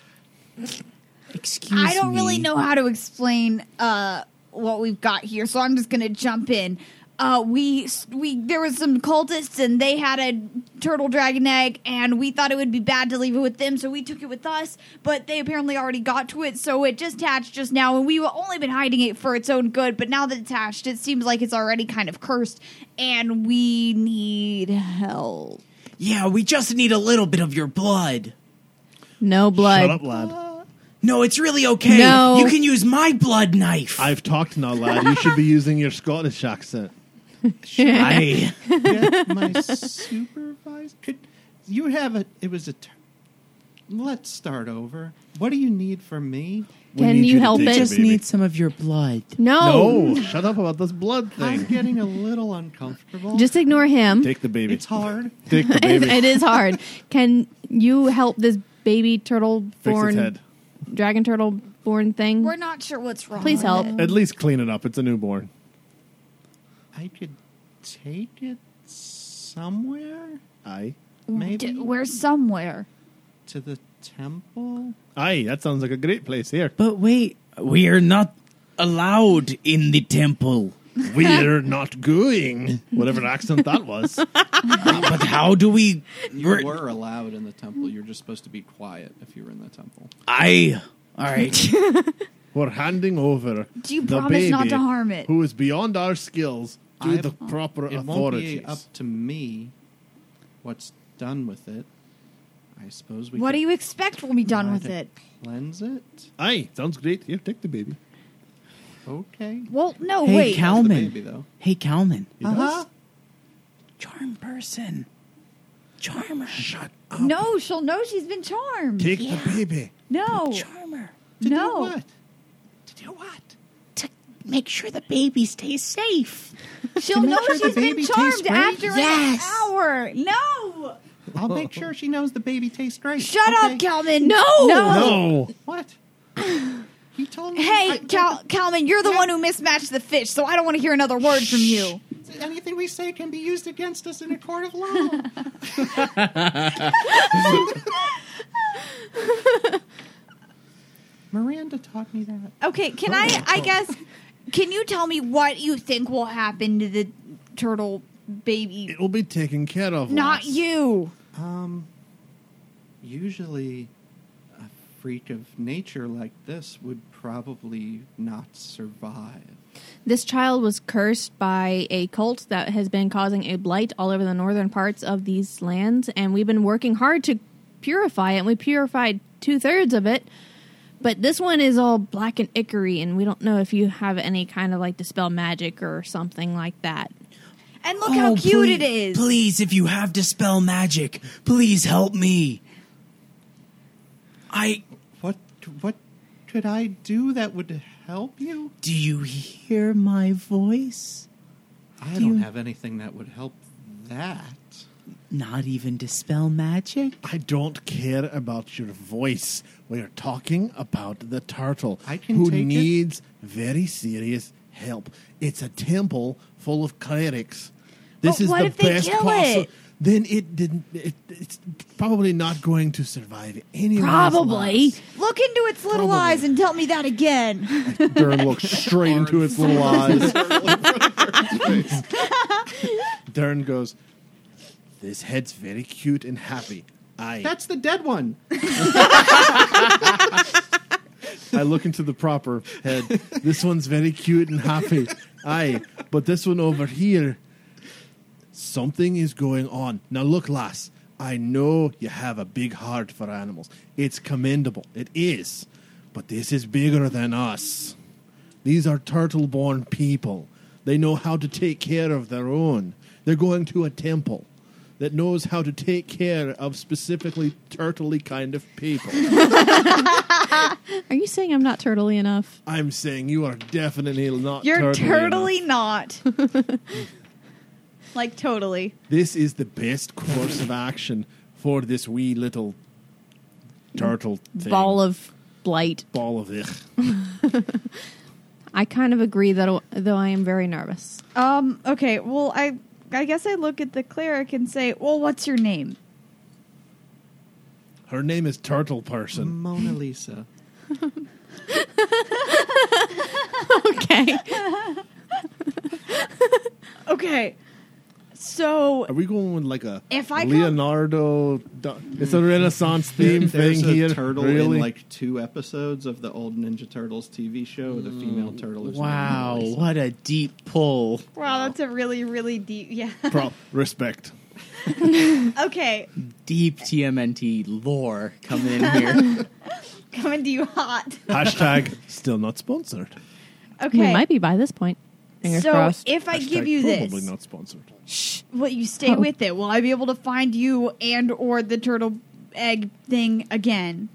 H: Excuse me.
D: I don't really know how to explain uh, what we've got here, so I'm just gonna jump in. Uh, we we there was some cultists and they had a turtle dragon egg and we thought it would be bad to leave it with them so we took it with us but they apparently already got to it so it just hatched just now and we've only been hiding it for its own good but now that it's hatched it seems like it's already kind of cursed and we need help
H: Yeah, we just need a little bit of your blood.
J: no
E: shut up,
J: blood.
E: lad.
H: No, it's really okay.
J: No.
H: You can use my blood knife.
E: I've talked now, lad. You should be using your Scottish accent.
H: I-
A: Yeah, my supervisor. Could you have a? It was a. Tur- Let's start over. What do you need from me?
B: We Can need you you to help dig it?
C: I just
B: baby.
C: need some of your blood.
B: No. No,
A: shut up about this blood thing. I'm getting a little uncomfortable.
B: Just ignore him.
C: Take the baby.
A: It's hard.
C: Take the
B: It-
C: baby.
B: it is hard. Can you help this baby turtle
C: its
B: born
C: head.
B: dragon turtle born thing?
D: We're not sure what's wrong.
B: Please
D: with
B: help.
D: it.
C: At least clean it up. It's a newborn.
A: I could take it somewhere.
C: I.
A: Maybe
D: D- we're somewhere.
A: to the temple.
C: Aye, that sounds like a great place here.
H: But wait, we are not allowed in the temple.
E: We're not going. Whatever accent that was.
H: but how do we?
A: You
H: We're-
A: were allowed in the temple. You're just supposed to be quiet if you were in the temple.
H: I. All right.
E: We're handing over.
D: Do you
E: the
D: promise not
E: baby
D: to harm it?
E: Who is beyond our skills to
A: I-
E: the proper
A: it won't
E: authorities?
A: be up to me what's done with it. I suppose we.
D: what
A: could
D: do you expect when we're done
A: try
D: with
A: to
D: it?
A: Cleanse it.
E: Aye, sounds great. Here, take the baby.
A: Okay.
D: Well, no,
H: hey,
D: wait.
H: Calman.
A: That's the baby, though.
H: Hey, Calman.
D: Uh-huh.
H: Charm person. Charmer. Shut
D: No, she'll know she's been charmed.
E: Take the baby.
D: no.
H: Charmer.
D: no.
H: To do what? To make sure the baby stays safe.
D: She'll know she's been charmed after
H: Yes.
D: an hour. No.
A: I'll make sure she knows the baby tastes great.
D: Shut
A: okay?
D: up, Calvin.
B: No.
D: No.
A: What? He told me.
D: Hey,
A: I-
D: Cal- Calvin, you're the one who mismatched the fish, so I don't want to hear another word from you.
A: Anything we say can be used against us in a court of law. Miranda taught me that.
D: Okay, can I? I guess. Can you tell me what you think will happen to the turtle baby?
E: It will be taken care of.
D: Not
E: lass.
D: you.
A: Um, usually, a freak of nature like this would probably not survive.
B: This child was cursed by a cult that has been causing a blight all over the northern parts of these lands, and we've been working hard to purify it. And we purified two thirds of it, but this one is all black and icky, and we don't know if you have any kind of like dispel magic or something like that.
D: And look how cute it is.
H: Oh, Please, if you have dispel magic, please help me. I
A: What? What could I do that would help you?
H: do you hear my voice?
A: I
H: Do
A: don't
H: you-
A: have anything that would help that.
H: Not even dispel magic.
E: I don't care about your voice. We are talking about the turtle
A: I can
E: who
A: take it.
E: needs very serious help. It's a temple full of clerics. This
D: But
E: is
D: what
E: the
D: if they
E: best
D: kill
E: possible.
D: it?
E: Then it didn't. It, it's probably not going to survive any.
B: Probably.
D: Look into its little eyes and tell me that again.
E: Dern looks straight into its little eyes. Dern goes, "This head's very cute and happy." I
A: That's the dead one.
E: I look into the proper head. This one's very cute and happy. Aye, but this one over here, something is going on. Now, look, lass, I know you have a big heart for animals. It's commendable. It is. But this is bigger than us. These are turtle born people. They know how to take care of their own. They're going to a temple that knows how to take care of specifically turtley kind of people.
B: Are you saying I'm not turtley enough?
E: I'm saying you are definitely not.
L: You're
E: turtly Uh, enough.
L: totally not. like totally.
E: This is the best course of action for this wee little turtle thing.
B: Ball of blight.
E: ball of it.
B: I kind of agree that though I am very nervous.
L: Um. Okay. Well, I I guess I look at the cleric and say, "Well, what's your name?"
E: Her name is Turtle Person.
A: Mona Lisa.
B: Okay.
L: Okay. So
E: Are we going with like a
D: If I come,
E: Leonardo? da- it's a Renaissance theme
A: There's
E: thing
A: a
E: here.
A: turtle
E: really?
A: in like two episodes of the old Ninja Turtles TV show. The female turtle. Is
H: Wow,
A: Mona Lisa.
H: what a deep pull.
L: wow, that's a really really deep. Yeah.
E: Pro- respect.
L: okay.
H: Deep TMNT lore coming in here.
L: Coming to you hot.
E: Hashtag still not sponsored.
L: Okay.
B: We might be by this point. Fingers
L: so
B: crossed.
L: if I
E: Hashtag
L: give you
E: probably
L: this,
E: not sponsored.
L: will you stay
B: Oh.
L: with it? Will I be able to find you and or the turtle
M: egg thing again.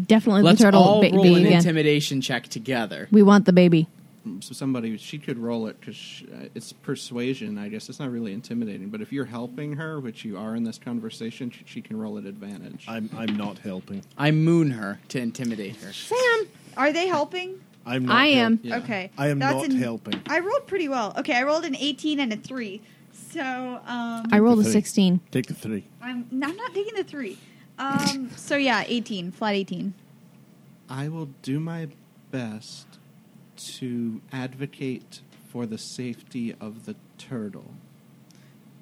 B: Definitely
C: Let's
B: the turtle
C: all
B: ba-
C: roll
B: baby
C: an
B: again.
C: intimidation check together.
B: we want the baby.
A: Mm, So somebody she could roll it because uh, it's persuasion. I guess it's not really intimidating, but if you're helping her, which you are in this conversation, she, she can roll at advantage.
E: I'm I'm not helping.
C: I moon her to intimidate her.
D: Sam, are they helping?
E: I'm
D: I am.
E: help-
D: Okay.
E: I am
D: That's
E: not
D: an-
E: helping.
D: I rolled pretty well. Okay, I rolled an 18 and a 3. So, um.
B: I rolled a
E: three.
B: 16.
E: Take the three.
D: I'm, no, I'm not taking the 3. Um, so yeah, 18. Flat 18.
A: I will do my best to advocate for the safety of the turtle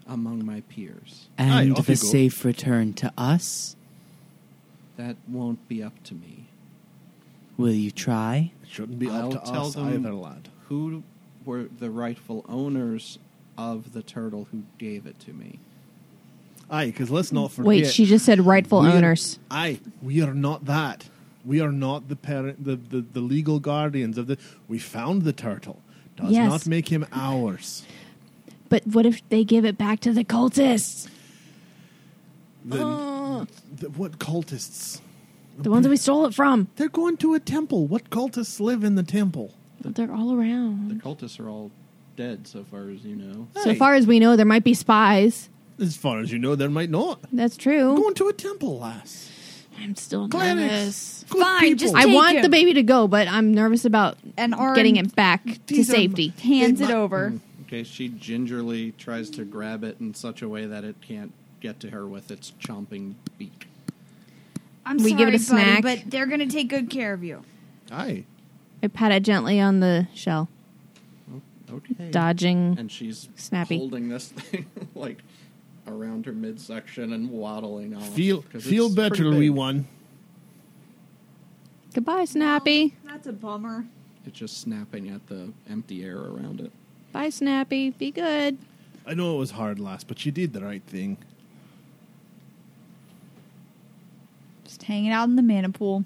A: among my peers.
N: And the safe return to us.
A: That won't be up to me.
N: Will you try?
E: Shouldn't be
A: I'll
E: up to
A: tell
E: us
A: them
E: either, lad.
A: who were the rightful owners of the turtle who gave it to me.
E: Aye, because let's not forget.
B: Wait, she just said rightful
E: we are-
B: owners.
E: aye, we are not that. We are not the parent, the, the, the legal guardians of the. We found the turtle. Does
B: Yes.
E: not make him ours.
B: But what if they give it back to the cultists?
E: The,
B: Oh.
E: the- what cultists?
B: The ones that we stole it from.
E: They're going to a temple. What cultists live in the temple?
B: They're all
A: The
B: around.
A: cultists are all dead, so far as you know.
B: So far as we know, there might be spies.
E: As far as you know, there might not.
B: That's true.
E: Going to a temple, lass.
B: I'm still
E: Clarence,
B: nervous.
E: good Fine, people. just
B: I
E: take
B: want
E: him.
B: the baby to go, but I'm nervous about
M: An arm-
B: getting it back to
M: These are-
B: safety.
M: Hands it over.
A: Okay, she gingerly tries to grab it in such a way that it can't get to her with its chomping beak.
M: I'm
B: We
M: sorry,
B: give it a snack.
M: buddy, but they're gonna take good care of you.
E: Aye.
B: I pat it gently on the shell.
A: Okay.
B: Dodging
A: And she's
B: snappy.
A: holding this thing like around her midsection and waddling on.
E: Feel feel better, wee one.
B: Goodbye, Snappy.
D: That's a bummer.
A: It's just snapping at the empty air around it.
B: Bye, Snappy. Be good.
E: I know it was hard, lass, but you did the right thing.
M: Just hanging out in the manipool.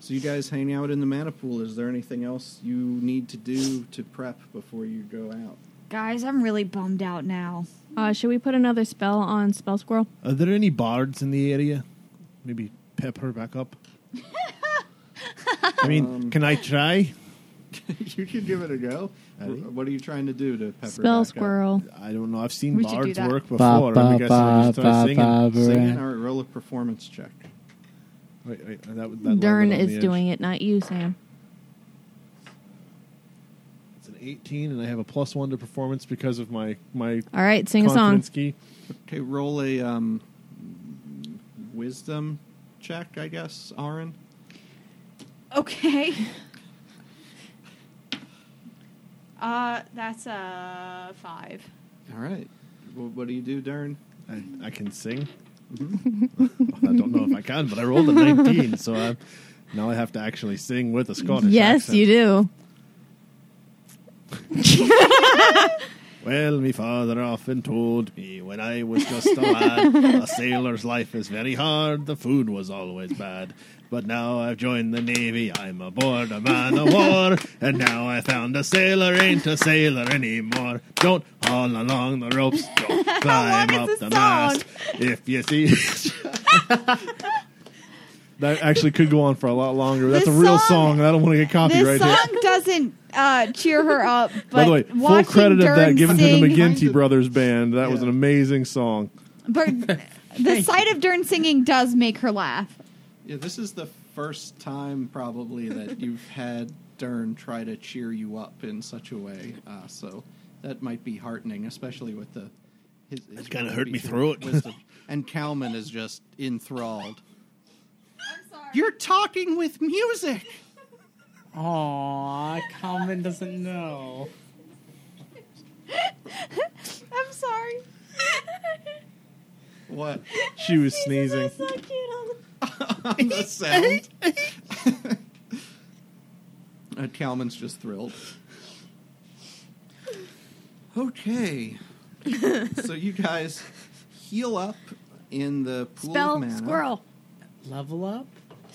A: So you guys hang out in the mana pool. Is there anything else you need to do to prep before you go out?
M: Guys, I'm really bummed out now.
B: Uh, should we put another spell on Spell Squirrel?
E: Are there any bards in the area? Maybe pep her back up. I mean, can I try?
A: you can give it a go.
E: Aye.
A: What are you trying to do to pepper
B: Spell
A: back
B: Squirrel.
E: I don't know. I've seen
B: We should do
E: bards
B: that.
E: work
B: Ba,
E: before.
O: ba,
E: I guess I'll just
O: ba,
E: start
O: ba,
E: singing.
O: ba,
A: Up? Sing
E: Singing.
A: it or roll a performance check.
E: Wait, wait, that, that landed
B: Dern
E: on the
B: is
E: edge.
B: doing it, not you, Sam.
E: It's an 18, and I have a plus one to performance because of my my.
B: All right, sing a song.
E: confidence Key.
A: Okay, roll a um, wisdom check, I guess, Aaron.
D: Okay. Uh, that's a five.
A: All right. Well, what do you do, Darren?
E: I, I can sing. I don't know if I can, but I rolled a 19, so i now I have to actually sing with a Scottish
B: yes,
E: accent.
B: you do.
E: Well, me father often told me when I was just a lad, a sailor's life is very hard, the food was always bad. But now I've joined the navy, I'm aboard a man of war, and now I found a sailor ain't a sailor anymore. Don't haul along the ropes, don't climb up the mast. If you see. that actually could go on for a lot longer.
D: That's This a real song-
E: and I don't want to get
D: this song doesn't uh, cheer her up. But
E: By the way, full
D: watching
E: credit of that
D: Dern
E: given
D: sing,
E: to the McGinty Brothers Band. That was an amazing song.
D: But the sight of Dern singing does make her laugh.
A: Yeah, this is the first time probably that you've had Dern try to cheer you up in such a way. Uh, so that might be heartening, especially with the. His, his
E: It kinda hurt me throat.
A: wisdom. and Kalman is just enthralled. You're talking with music.
C: Aw, Common doesn't know.
D: I'm sorry.
A: What?
E: She was sneezing.
A: On the sound. uh, Kalman's just thrilled. Okay. so you guys heal up in the pool of
B: Spell
A: mana.
B: Squirrel.
C: Level up?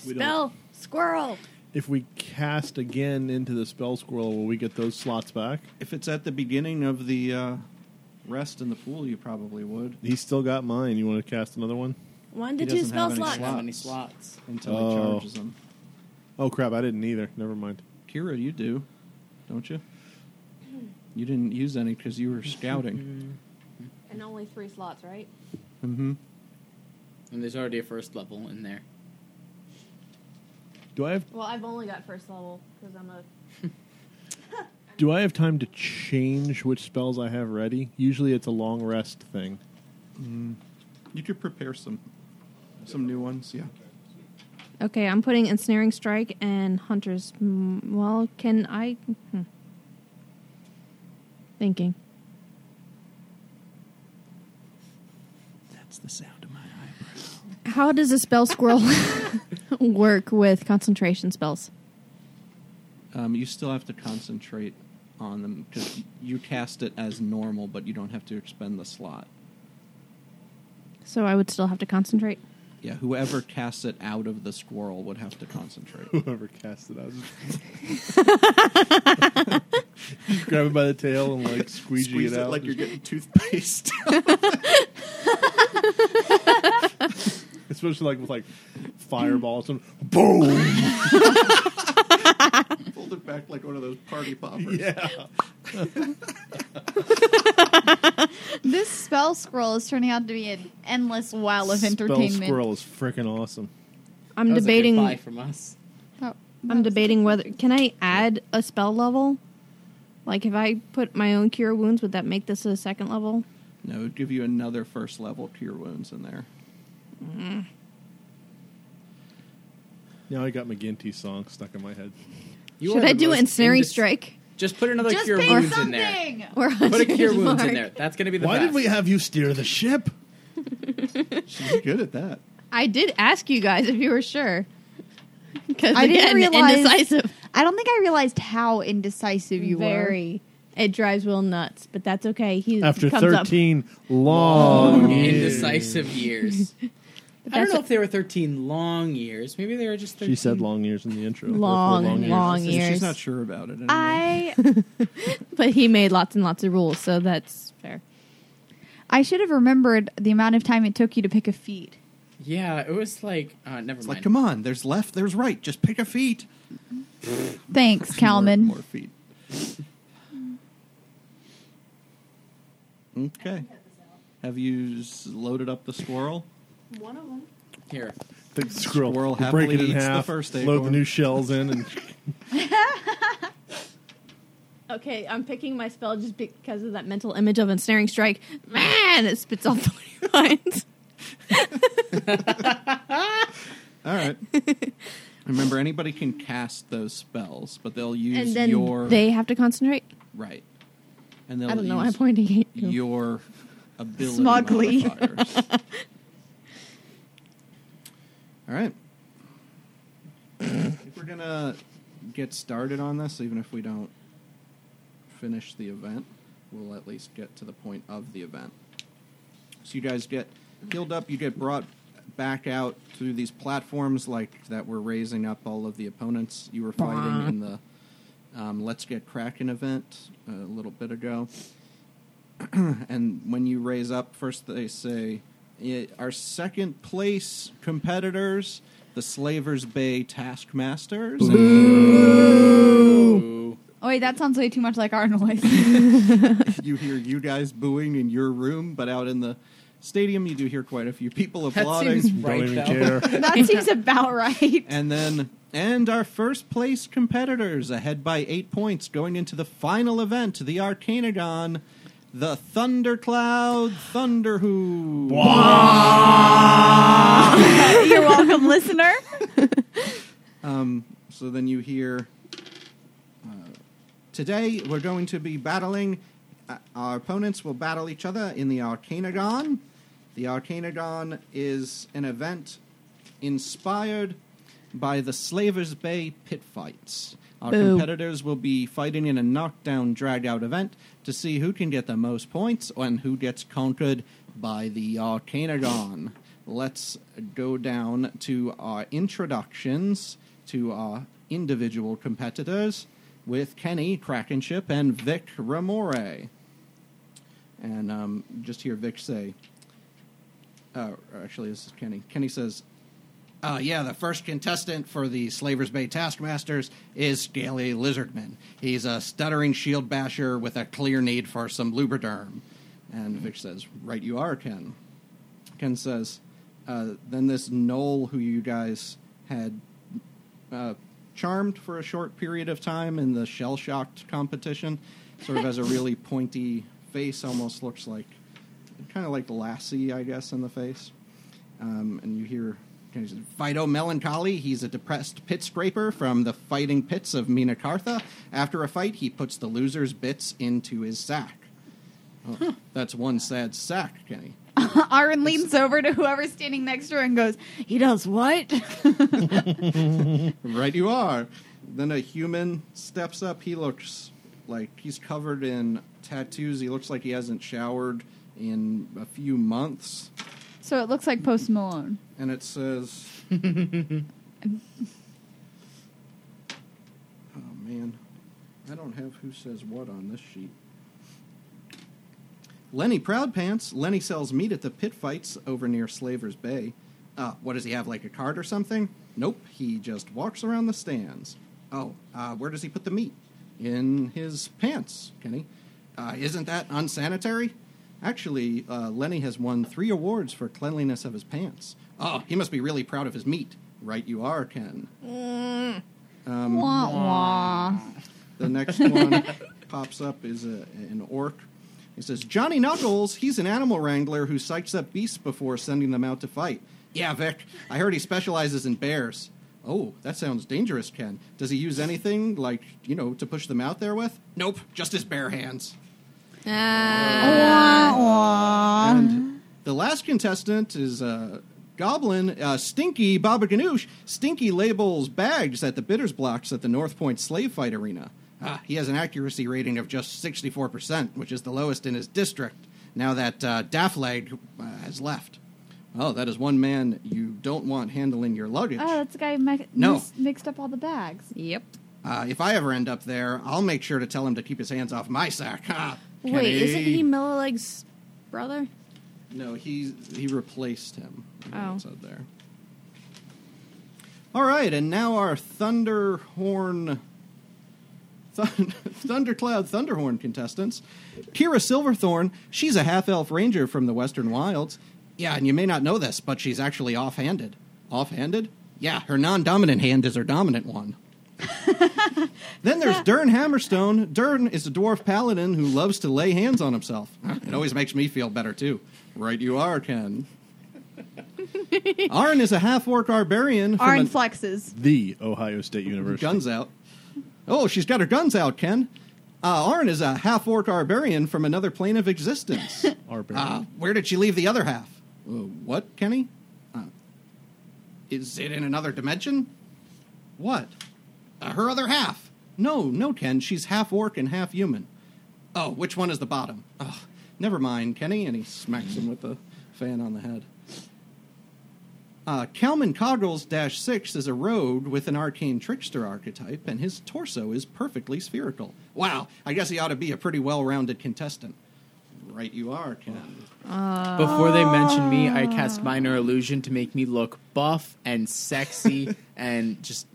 E: We don't-
B: Spell Squirrel.
E: If we cast again into the spell squirrel, will we get those slots back?
A: If it's at the beginning of the uh, rest in the pool, you probably would.
E: He's still got mine. You want to cast another one?
B: One
A: He
B: to two
A: doesn't
B: spell
A: have
B: slots.
A: any slots until he charges them.
E: Oh crap! I didn't either. Never mind.
A: Kira, you do, don't you? You didn't use any because you were scouting.
B: And only three slots, right?
A: mm-hmm.
C: And there's already a first level in there.
E: Do I have
B: Well, I've only got first level because I'm a.
E: Do I have time to change which spells I have ready? Usually, it's a long rest thing.
A: You could prepare some, some new ones. Yeah.
B: Okay, I'm putting ensnaring strike and hunters. Mm, Well, can I? Hmm. Thinking.
A: That's the sound of my
B: How does a spell squirrel work with concentration spells?
A: Um, you still have to concentrate on them because you cast it as normal, but you don't have to expend the slot.
B: So I would still have to concentrate.
A: Yeah, whoever casts it out of the squirrel would have to concentrate.
E: Whoever casts it out. Just grab it by the tail and like squeegee
P: Squeeze
E: it
P: it
E: out.
P: like you're getting toothpaste.
E: Especially like with like fireballs and boom.
P: Fold it back like one of those party poppers.
E: Yeah.
D: this spell scroll is turning out to be an endless well of
E: Spell
D: entertainment.
E: squirrel is freaking awesome.
B: I'm debating.
C: from us.
D: Oh,
B: I'm debating whether can I add a spell level. Like if I put my own cure wounds, would that make this a second level?
A: No, it would give you another first level to your wounds in there.
B: Mm.
E: Now I got McGinty's song stuck in my head.
B: Should I do ensnaring strike?
C: Just put another
B: Just
C: cure
B: pick
C: wounds in
B: something!
C: there.
B: Or
C: put a cure
B: Hunter's
C: wounds in
B: Mark.
C: there. That's going to be the
E: Why
C: best.
E: did we have you steer the ship?
A: She's good at that.
B: I did ask you guys if you were sure. Because
D: I didn't realize.
B: indecisive.
D: I don't think I realized how indecisive you
B: Very. It drives Will nuts, but that's okay. He
E: After
B: comes up-
E: thirteen long years.
C: Indecisive years. I don't know if they were 13 long years. Maybe they were just 13.
E: She said long years in the intro.
B: Long,
E: Therefore,
B: long
E: years.
B: years. She's not
A: sure about it.
D: I
B: but he made lots and lots of rules, so that's fair.
D: were. I should have remembered the amount of time it took you to pick a feat.
C: Yeah, it was like, uh, never
A: It's
C: mind.
A: like, come on, there's left, there's right. Just pick a feet.
D: Thanks, Kalman.
A: More feet. Okay. Have you s- loaded up the squirrel?
B: One of them.
C: Here.
E: The squirrel,
A: Squirrel
E: you
A: happily
E: break it in
A: eats the
E: half,
A: first
E: load the
A: acorn.
E: new shells in, and
B: Okay, I'm picking my spell just because of that mental image of ensnaring strike. Man, it spits off 40 lines.
A: All right. Remember, anybody can cast those spells, but they'll use
B: and then
A: your
B: they have to concentrate.
A: right, and they'll
B: I don't know.
A: use
B: I'm pointing at you.
A: your ability
B: Smugly.
A: modifiers. All right. I think we're gonna get started on this, even if we don't finish the event. We'll at least get to the point of the event. So you guys get healed up. You get brought back out through these platforms, like that were raising up all of the opponents you were fighting in the um, Let's Get Kraken event uh, a little bit ago. and when you raise up, first they say, "I- "Our second place competitors, the Slavers Bay Taskmasters." And-
D: Oh, wait, that sounds way too much like our noise.
A: you hear you guys booing in your room, but out in the stadium, you do hear quite a few people applauding.
E: seems Don't right, even though. care.
D: that seems about right.
A: And then, and our first place competitors ahead by eight points going into the final event, the Arcanagon, the Thundercloud Thunderhoo.
Q: You're welcome, listener.
A: Um, so then you hear. Uh, Today we're going to be battling. Uh, our opponents will battle each other in the Arcanagon. The Arcanagon is an event inspired by the Slavers Bay pit fights. Our
B: Boo.
A: competitors will be fighting in a knockdown, drag-out event to see who can get the most points and who gets conquered by the Arcanagon. Let's go down to our introductions to our individual competitors with Kenny Krakenship and Vic Ramore. And um, just hear Vic say, uh, actually, this is Kenny. Kenny says, uh, yeah, the first contestant for the Slavers Bay Taskmasters is Scaly Lizardman. He's a stuttering shield basher with a clear need for some lubriderm. And Vic says, right you are, Ken. Ken says, uh, then this Knoll who you guys had uh, charmed for a short period of time in the shell shocked competition. Sort of has a really pointy face, almost looks like kind of like Lassie, I guess, in the face. Um, and you hear kind of Fido Melancholy. He's a depressed pit scraper from the fighting pits of Mina Kartha. After a fight, he puts the loser's bits into his sack. Oh, That's one sad sack, Kenny.
D: Aaron leans over to whoever's standing next to her and goes, "He does what?"
A: right you are. Then a human steps up. He looks like he's covered in tattoos. He looks like he hasn't showered in a few months.
D: so it looks like Post Malone.
A: And it says. oh, man. I don't have who says what on this sheet. Lenny Proudpants. Lenny sells meat at the pit fights over near Slaver's Bay. Uh, what does he have, like a cart or something? Nope, he just walks around the stands. Oh, uh, where does he put the meat? In his pants, Kenny. Uh, isn't that unsanitary? Actually, uh, Lenny has won three awards for cleanliness of his pants. Oh, he must be really proud of his meat. Right, you are, Ken. Um,
D: Wah, wah.
A: The next one pops up is a, an orc. He says, Johnny Knuckles, he's an animal wrangler who psychs up beasts before sending them out to fight. Yeah, Vic, I heard he specializes in bears. Oh, that sounds dangerous, Ken. Does he use anything, like, you know, to push them out there with? Nope, just his bare hands.
J: Uh-huh.
A: And the last contestant is uh, Goblin uh, Stinky Baba Ganoush. Stinky labels bags at the bidders blocks at the North Point Slave Fight Arena. Ah, he has an accuracy rating of just 64%, which is the lowest in his district now that uh, Daffleg uh, has left. Oh, that is one man you don't want handling your luggage.
I: Oh,
J: Uh,
I: that's the guy who mi-
A: No.
I: mis- mixed up all the bags.
J: Yep.
A: Uh, if I ever end up there, I'll make sure to tell him to keep his hands off my sack. Ah, Ha!
J: Wait, isn't
A: Kenny.
J: he Mellowleg's brother?
A: No, he he replaced him.
J: Oh.
A: It's out there. All right, and now our Thunderhorn, thund- Thundercloud Thunderhorn contestants. Kira Silverthorn, she's a half elf ranger from the Western Wilds. Yeah, and you may not know this, but she's actually offhanded. Offhanded? Yeah, her non dominant hand is her dominant one. then there's Dern Hammerstone. Dern is a dwarf paladin who loves to lay hands on himself. It always makes me feel better, too. Right, you are, Ken. Arn is a half orc barbarian. from
I: Aaron
A: an-
I: flexes.
A: the Ohio State University. Guns out. Oh, she's got her guns out, Ken. Uh, Arn is a half orc barbarian from another plane of existence. Uh, where did she leave the other half? Uh, what, Kenny? Uh, is it in another dimension? What? Uh, her other half. No, no, Ken. She's half orc and half human. Oh, which one is the bottom? Oh, never mind, Kenny. And he smacks him with the fan on the head. Uh, Kalman Coggles 6 is a rogue with an arcane trickster archetype, and his torso is perfectly spherical. Wow, I guess he ought to be a pretty well rounded contestant. Right, you are, Ken.
C: Before they mentioned me, I cast minor illusion to make me look buff and sexy and just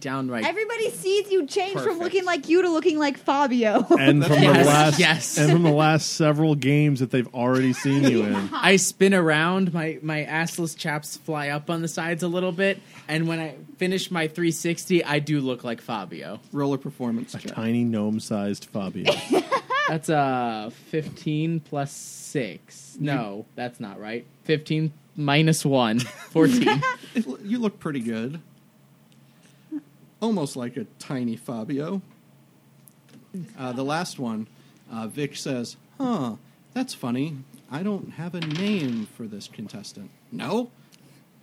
C: downright.
I: Everybody sees you change
C: Perfect.
I: from looking like you to looking like Fabio.
R: And from the
C: Yes,
R: last,
C: yes.
R: and from the last several games that they've already seen you in.
C: I spin around, my my assless chaps fly up on the sides a little bit, and when I finish my 360, I do look like Fabio.
A: Roller performance.
R: A tiny gnome-sized Fabio.
C: That's uh 15 plus 6. No, that's not right. 15 minus 1, 14.
A: you look pretty good. Almost like a tiny Fabio. Uh, the last one, uh, Vic says, Huh, that's funny. I don't have a name for this contestant. No?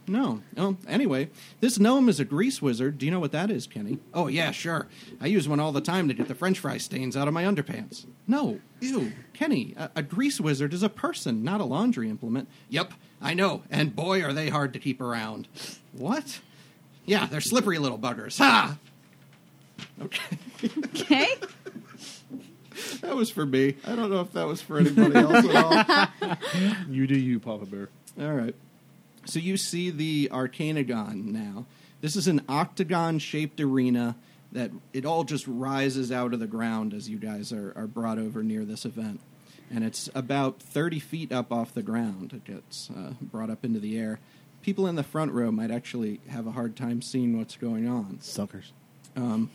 A: No. No. Anyway, this gnome is a grease wizard. Do you know what that is, Kenny? Oh, yeah, sure. I use one all the time to get the french fry stains out of my underpants. No. Ew. Kenny, a, a grease wizard is a person, not a laundry implement. Yep, I know. And boy, are they hard to keep around. What? Yeah, they're slippery little buggers. Ha! Okay.
D: Okay.
A: That was for me. I don't know if that was for anybody else at all.
R: you do you, Papa Bear.
A: All right. So you see the Arcanagon now. This is an octagon shaped arena that it all just rises out of the ground as you guys are, are brought over near this event. And it's about 30 feet up off the ground. It gets uh, brought up into the air. People in the front row might actually have a hard time seeing what's going on.
R: Suckers.
A: Um,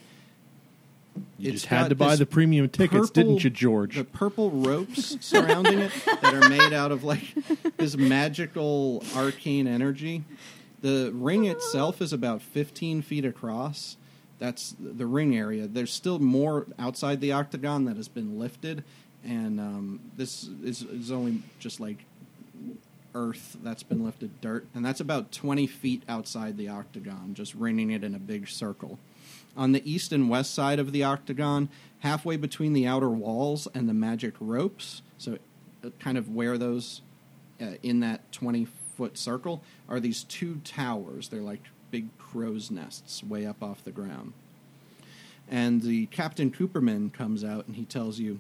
R: You
A: it's
R: just had
A: got
R: to buy
A: this
R: the premium tickets,
A: purple-
R: didn't you, George?
A: The purple ropes surrounding it that are made out of like this magical arcane energy. The ring itself is about 15 feet across. That's the ring area. There's still more outside the octagon that has been lifted, and um, this is, is only just like earth that's been lifted dirt, and that's about 20 feet outside the octagon, just ringing it in a big circle. On the east and west side of the octagon, halfway between the outer walls and the magic ropes, so uh, kind of where those uh, in that 20 foot circle are these two towers. They're like big crow's nests way up off the ground. And the Captain Cooperman comes out and he tells you,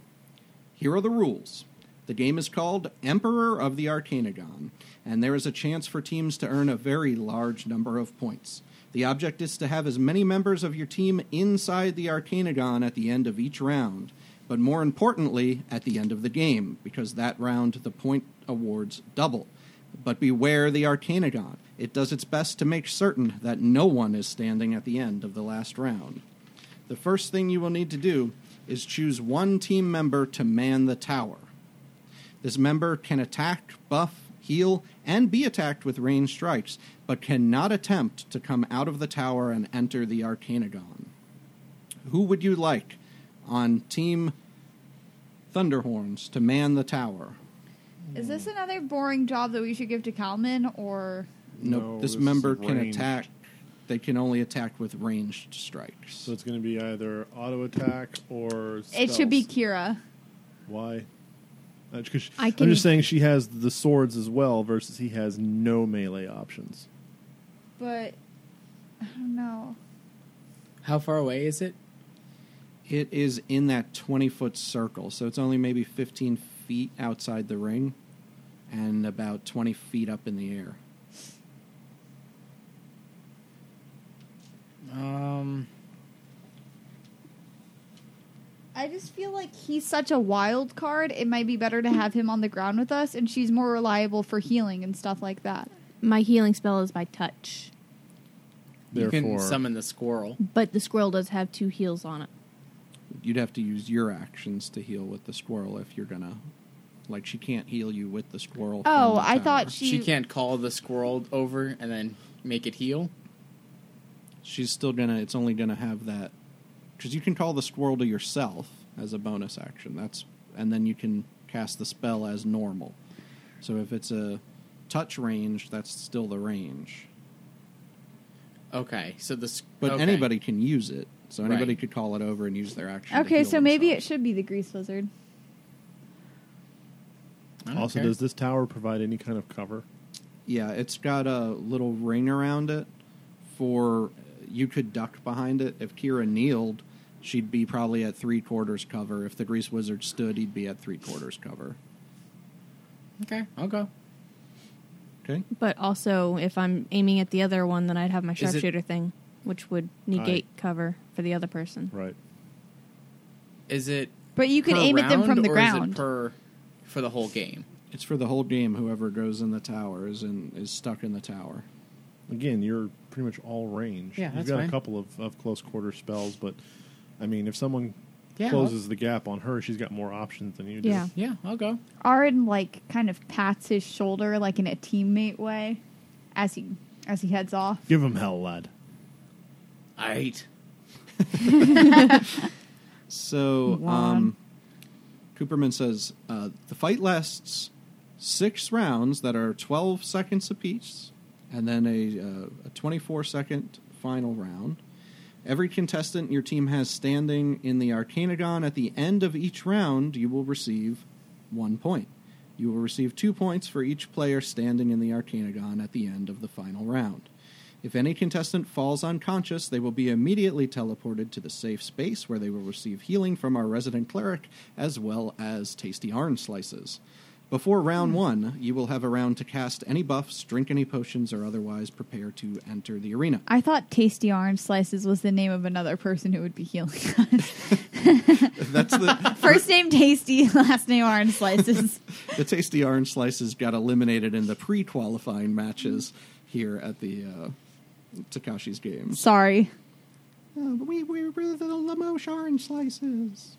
A: here are the rules. The game is called Emperor of the Arcanagon, and there is a chance for teams to earn a very large number of points. The object is to have as many members of your team inside the Arcanagon at the end of each round, but more importantly, at the end of the game, because that round the point awards double. But beware the Arcanagon. It does its best to make certain that no one is standing at the end of the last round. The first thing you will need to do is choose one team member to man the tower. This member can attack, buff, heal, and be attacked with ranged strikes, but cannot attempt to come out of the tower and enter the Arcanagon. Who would you like on Team Thunderhorns to man the tower?
D: Is this another boring job that we should give to Calman or?
A: Nope.
R: No,
A: this,
R: this is
A: member can
R: ranged.
A: attack. They can only attack with ranged strikes. So
R: it's going to be either auto attack or.
D: It should be
R: spells.
D: Kira.
R: Why? Uh, 'cause she-
D: I
R: I'm
D: can-
R: just saying she has the swords as well, versus he has no melee options.
D: But I don't know.
C: How far away is it?
A: It is in that 20 foot circle, so it's only maybe 15 feet outside the ring and about 20 feet up in the air.
C: Um,
D: I just feel like he's such a wild card. It might be better to have him on the ground with us, and she's more reliable for healing and stuff like that.
J: My healing spell is by touch,
C: you can
A: Therefore-
C: summon the squirrel.
J: but the squirrel does have two heals on it.
A: You'd have to use your actions to heal with the squirrel if you're gonna. Like, she can't heal you with the squirrel. from
D: Oh,
A: the
D: I
A: tower.
D: thought she-
C: She can't call the squirrel over and then make it heal.
A: She's still gonna. It's only gonna have that. Because you can call the squirrel to yourself as a bonus action. That's. And then you can cast the spell as normal. So if it's a touch range, that's still the range.
C: Okay, so the s-
A: But
C: okay.
A: anybody can use it, so
C: Right.
A: anybody could call it over and use their action. to
D: Okay,
A: heal
D: so
A: them.
D: maybe it should be the grease lizard.
R: Also, does this tower provide any kind of cover?
A: yeah, it's got a little ring around it. For you could duck behind it. If Kira kneeled, she'd be probably at three quarters cover. If the grease wizard stood, he'd be at three quarters cover.
C: Okay, I'll go.
A: Okay.
J: But also, if I'm aiming at the other one, then I'd have my
C: Is it-
J: sharpshooter thing, which would negate cover for the other person.
R: Right.
C: Is it?
D: But you can
C: per
D: aim at them from the
C: round, Or is
D: ground.
C: it per for the whole game?
A: It's for the whole game. Whoever goes in the tower is in, is stuck in the tower.
R: Again, you're pretty much all range.
A: Yeah,
R: You've
A: that's
R: got
A: fine.
R: a couple of, of close quarter spells, but I mean, if someone
D: Yeah.
R: closes the gap on her, she's got more options than you do.
D: Yeah.
C: Yeah, I'll go.
D: Arin like kind of pats his shoulder like in a teammate way as he as he heads off.
R: Give him hell, lad.
C: All right.
A: So, um, Cooperman says uh, the fight lasts six rounds that are 12 seconds apiece, and then a, uh, a 24 second final round. Every contestant your team has standing in the Arcanagon at the end of each round, you will receive one point. You will receive two points for each player standing in the Arcanagon at the end of the final round. If any contestant falls unconscious, they will be immediately teleported to the safe space where they will receive healing from our resident cleric as well as tasty orange slices. Before round one, you will have a round to cast any buffs, drink any potions, or otherwise prepare to enter the arena.
D: I thought Tasty Orange Slices was the name of another person who would be healing us.
A: That's the
D: First name Tasty, last name Orange Slices.
A: the tasty orange slices got eliminated in the pre-qualifying matches here at the uh, Takashi's games.
D: Sorry.
A: Uh, we we were the Lamosh orange slices.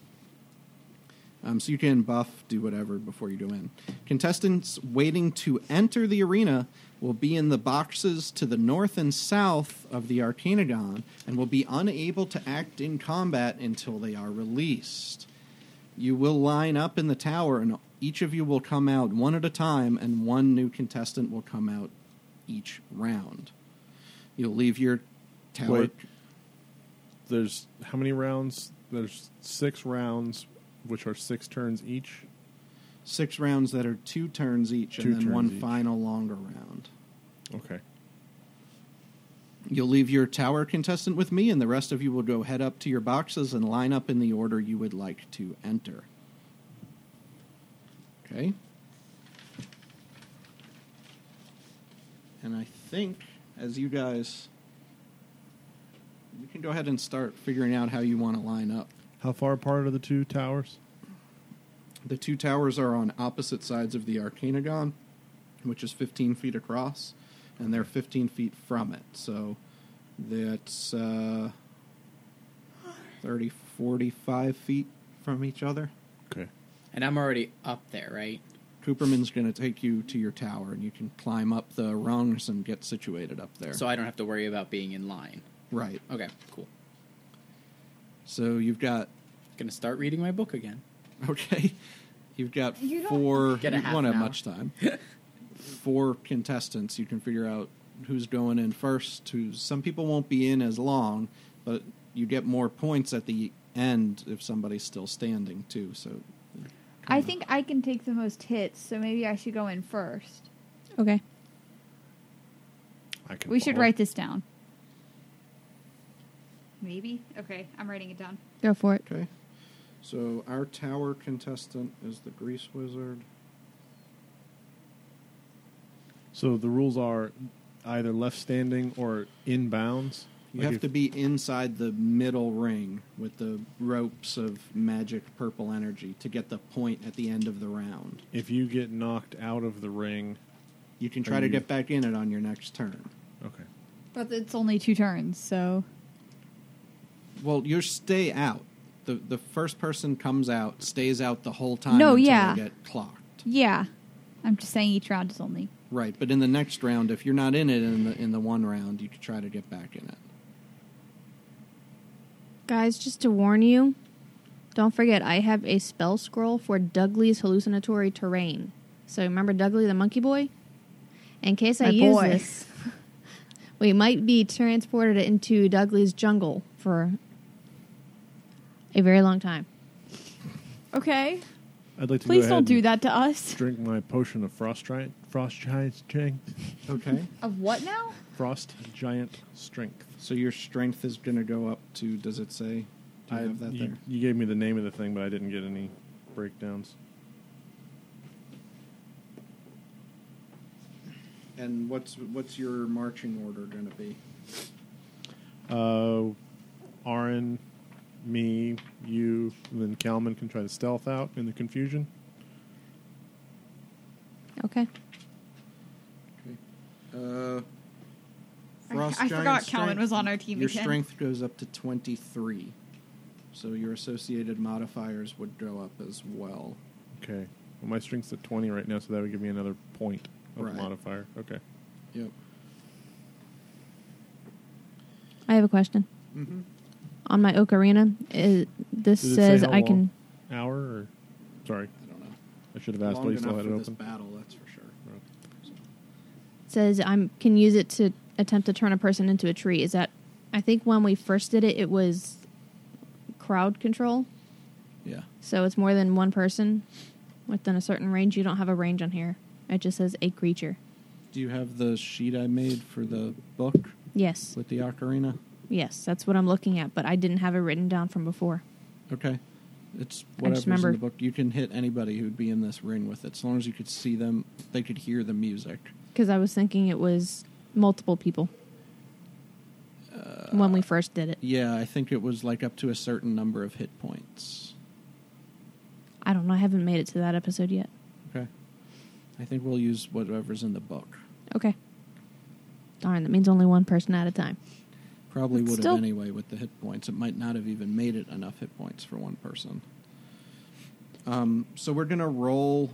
A: Um, so you can buff, do whatever before you go in. Contestants waiting to enter the arena will be in the boxes to the north and south of the Arcanagon and will be unable to act in combat until they are released. You will line up in the tower, and each of you will come out one at a time, and one new contestant will come out each round. You'll leave your tower.
E: Wait. There's how many rounds? There's six rounds, which are six turns each.
A: six rounds that are two turns each,
E: Two
A: and then
E: turns
A: one
E: each.
A: final longer round.
E: Okay.
A: You'll leave your tower contestant with me, and the rest of you will go head up to your boxes and line up in the order you would like to enter. Okay. And I think, as you guys, you can go ahead and start figuring out how you want to line up.
E: How far apart are the two towers?
A: The two towers are on opposite sides of the Arcanagon, which is 15 feet across, and they're 15 feet from it. So that's uh, 30, 45 feet from each other.
E: Okay.
C: And I'm already up there, right?
A: Cooperman's going to take you to your tower, and you can climb up the rungs and get situated up there.
C: So I don't have to worry about being in line.
A: Right.
C: Okay, cool.
A: So you've got.
C: Gonna start reading my book again.
A: Okay. You've got
C: You don't
A: four.
C: get a
A: you
C: half
A: won't have
C: an hour.
A: much time. four contestants. You can figure out who's going in first. Who some people won't be in as long, but you get more points at the end if somebody's still standing too. So
S: I think I can take the most hits, so maybe I should go in first.
B: Okay.
E: I can
D: We should write this down.
T: Maybe. Okay, I'm writing it down.
B: Go for it.
A: Okay. So our tower contestant is the Grease Wizard.
E: So the rules are either left standing or in bounds.
A: You
E: Like
A: have
E: if-
A: to be inside the middle ring with the ropes of magic purple energy to get the point at the end of the round.
E: If you get knocked out of the ring,
A: You can
E: Are
A: try to
E: you-
A: get back in it on your next turn.
E: okay.
D: But it's only two turns, so.
A: Well, you stay out. The the first person comes out, stays out the whole time
D: No,
A: until
D: yeah.
A: they get clocked.
D: Yeah. I'm just saying each round is only.
A: Right, but in the next round, if you're not in it in the in the one round, you could try to get back in it.
B: Guys, just to warn you, don't forget I have a spell scroll for Dougley's hallucinatory terrain. So remember Dougley the monkey boy? In case I
D: My
B: use
D: boy.
B: this, we might be transported into Dougley's jungle for a very long time.
S: Okay.
E: I'd like to
S: Please
E: go
S: don't
E: ahead
S: do
E: and
S: that to us.
E: Drink my potion of frost giant, frost giant strength,
A: Okay.
D: Of what now?
E: frost giant strength.
A: So your strength is going to go up to. Does it say? Do you
E: I-
A: have that
E: you,
A: there?
E: you gave me the name of the thing, but I didn't get any breakdowns.
A: And what's what's your marching order going to be?
E: Uh, Aaron, me, you, and then Kalman can try to stealth out in the confusion.
B: Okay.
A: Uh,
T: I-
A: Frost
T: I
A: Giant
T: forgot Calvin
A: strength-
T: was on our team
A: Your
T: again.
A: strength goes up to 23. So your associated modifiers would go up as well.
E: Okay. Well, my strength's at 20 right now, so that would give me another point of
A: Right.
E: modifier. Okay.
A: Yep.
B: I have a question.
A: Mhm.
B: On my ocarina, is, this
E: Did it say
B: says
E: how
B: I can.
E: long? Hour or. Sorry.
A: I don't know.
E: I should have asked,
A: Long
E: but you still
A: enough
E: had
A: for
E: it
A: this
E: open.
A: battle, that's for sure.
B: says I'm can use it to attempt to turn a person into a tree. Is that I think when we first did it it was crowd control.
A: Yeah.
B: So it's more than one person within a certain range. You don't have a range on here. It just says a creature.
A: Do you have the sheet I made for the book
B: Yes.
A: with the ocarina?
B: Yes, that's what I'm looking at, but I didn't have it written down from before.
A: Okay. It's
B: I just
A: whatever's
B: remember-
A: in the book. You can hit anybody who'd be in this ring with it, as long as you could see them. They could hear the music.
B: Because I was thinking it was multiple people when we first did it.
A: Yeah, I think it was like up to a certain number of hit points.
B: I don't know. I haven't made it to that episode yet.
A: Okay. I think we'll use whatever's in the book.
B: Okay. Darn, that means only one person at a time.
A: Probably
B: It's
A: would
B: still-
A: have anyway with the hit points. It might not have even made it enough hit points for one person. Um, so we're going to roll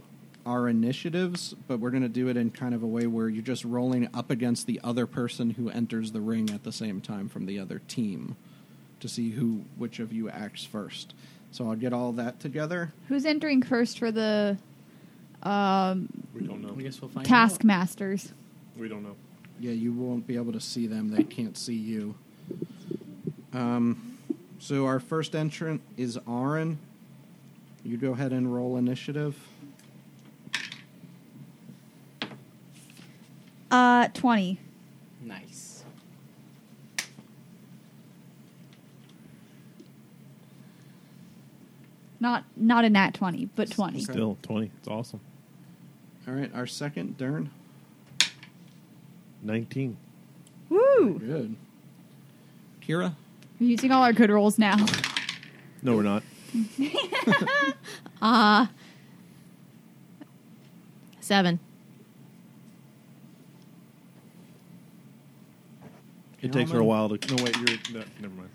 A: our initiatives, but we're going to do it in kind of a way where you're just rolling up against the other person who enters the ring at the same time from the other team to see who which of you acts first. So I'll get all that together.
D: Who's entering first for the um,
A: We don't know. We guess we'll find
D: Taskmasters?
A: We don't know. Yeah, you won't be able to see them. They can't see you. Um, so our first entrant is Aaron. You go ahead and roll initiative.
D: Uh, 20.
C: Nice.
D: Not not a nat 20, but 20.
E: Still twenty. It's awesome.
A: All right, our second, Dern.
E: Nineteen.
D: Woo!
A: Good. Kira.
D: We're using all our good rolls now.
E: No, we're not.
B: Uh, seven.
E: It takes her a while to. No, wait. You're no, never mind.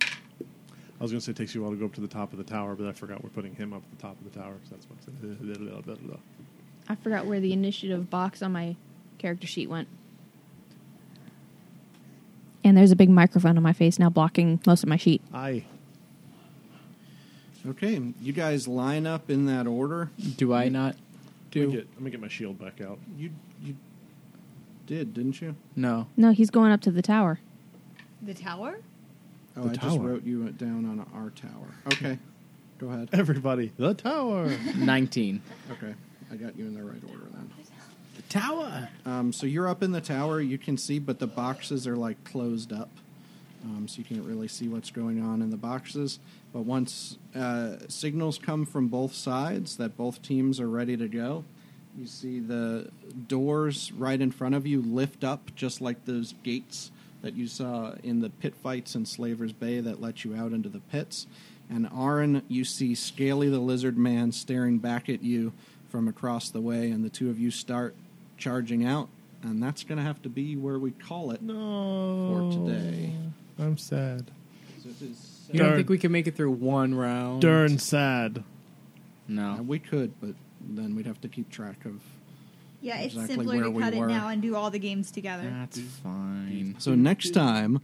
E: I was going to say it takes you a while to go up to the top of the tower, but I forgot we're putting him up at the top of the tower. So that's what I said.
B: I forgot where the initiative box on my character sheet went. And there's a big microphone on my face now blocking most of my sheet.
E: Aye.
A: Okay, you guys line up in that order.
C: Do I not
E: do? Let me, get, let me get my shield back out.
A: You you did, didn't you?
C: No.
B: No, he's going up to the tower.
D: The tower?
A: Oh,
E: The
A: I just
E: tower.
A: wrote you down on our tower. Okay, go ahead.
E: Everybody, the tower.
C: 19.
A: Okay, I got you in the right order then.
C: The tower.
A: Um, so you're up in the tower. You can see, but the boxes are like closed up, um, so you can't really see what's going on in the boxes. But once uh, signals come from both sides that both teams are ready to go, you see the doors right in front of you lift up, just like those gates that you saw in the pit fights in Slaver's Bay that let you out into the pits. And Aaron, you see Scaly the Lizard Man staring back at you from across the way, and the two of you start charging out, and that's going to have to be where we call it
E: no.
A: for today.
E: I'm sad.
A: So it is
C: You don't think we can make it through one round?
E: Darn sad.
C: No.
A: Uh, we could, but then we'd have to keep track of.
U: Yeah, it's
A: Exactly
U: simpler
A: where
U: to
A: we
U: cut
A: were.
U: it now and do all the games together.
C: That's fine.
A: So next time,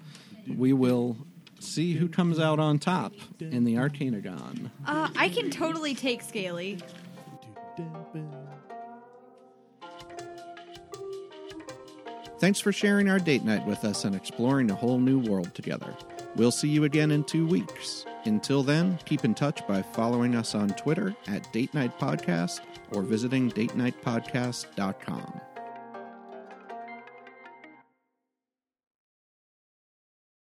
A: we will see who comes out on top in the Arcanagon.
U: Uh, I can totally take Scaly.
A: Thanks for sharing our date night with us and exploring a whole new world together. We'll see you again in two weeks. Until then, keep in touch by following us on Twitter at Date Night Podcast or visiting datenightpodcast.com.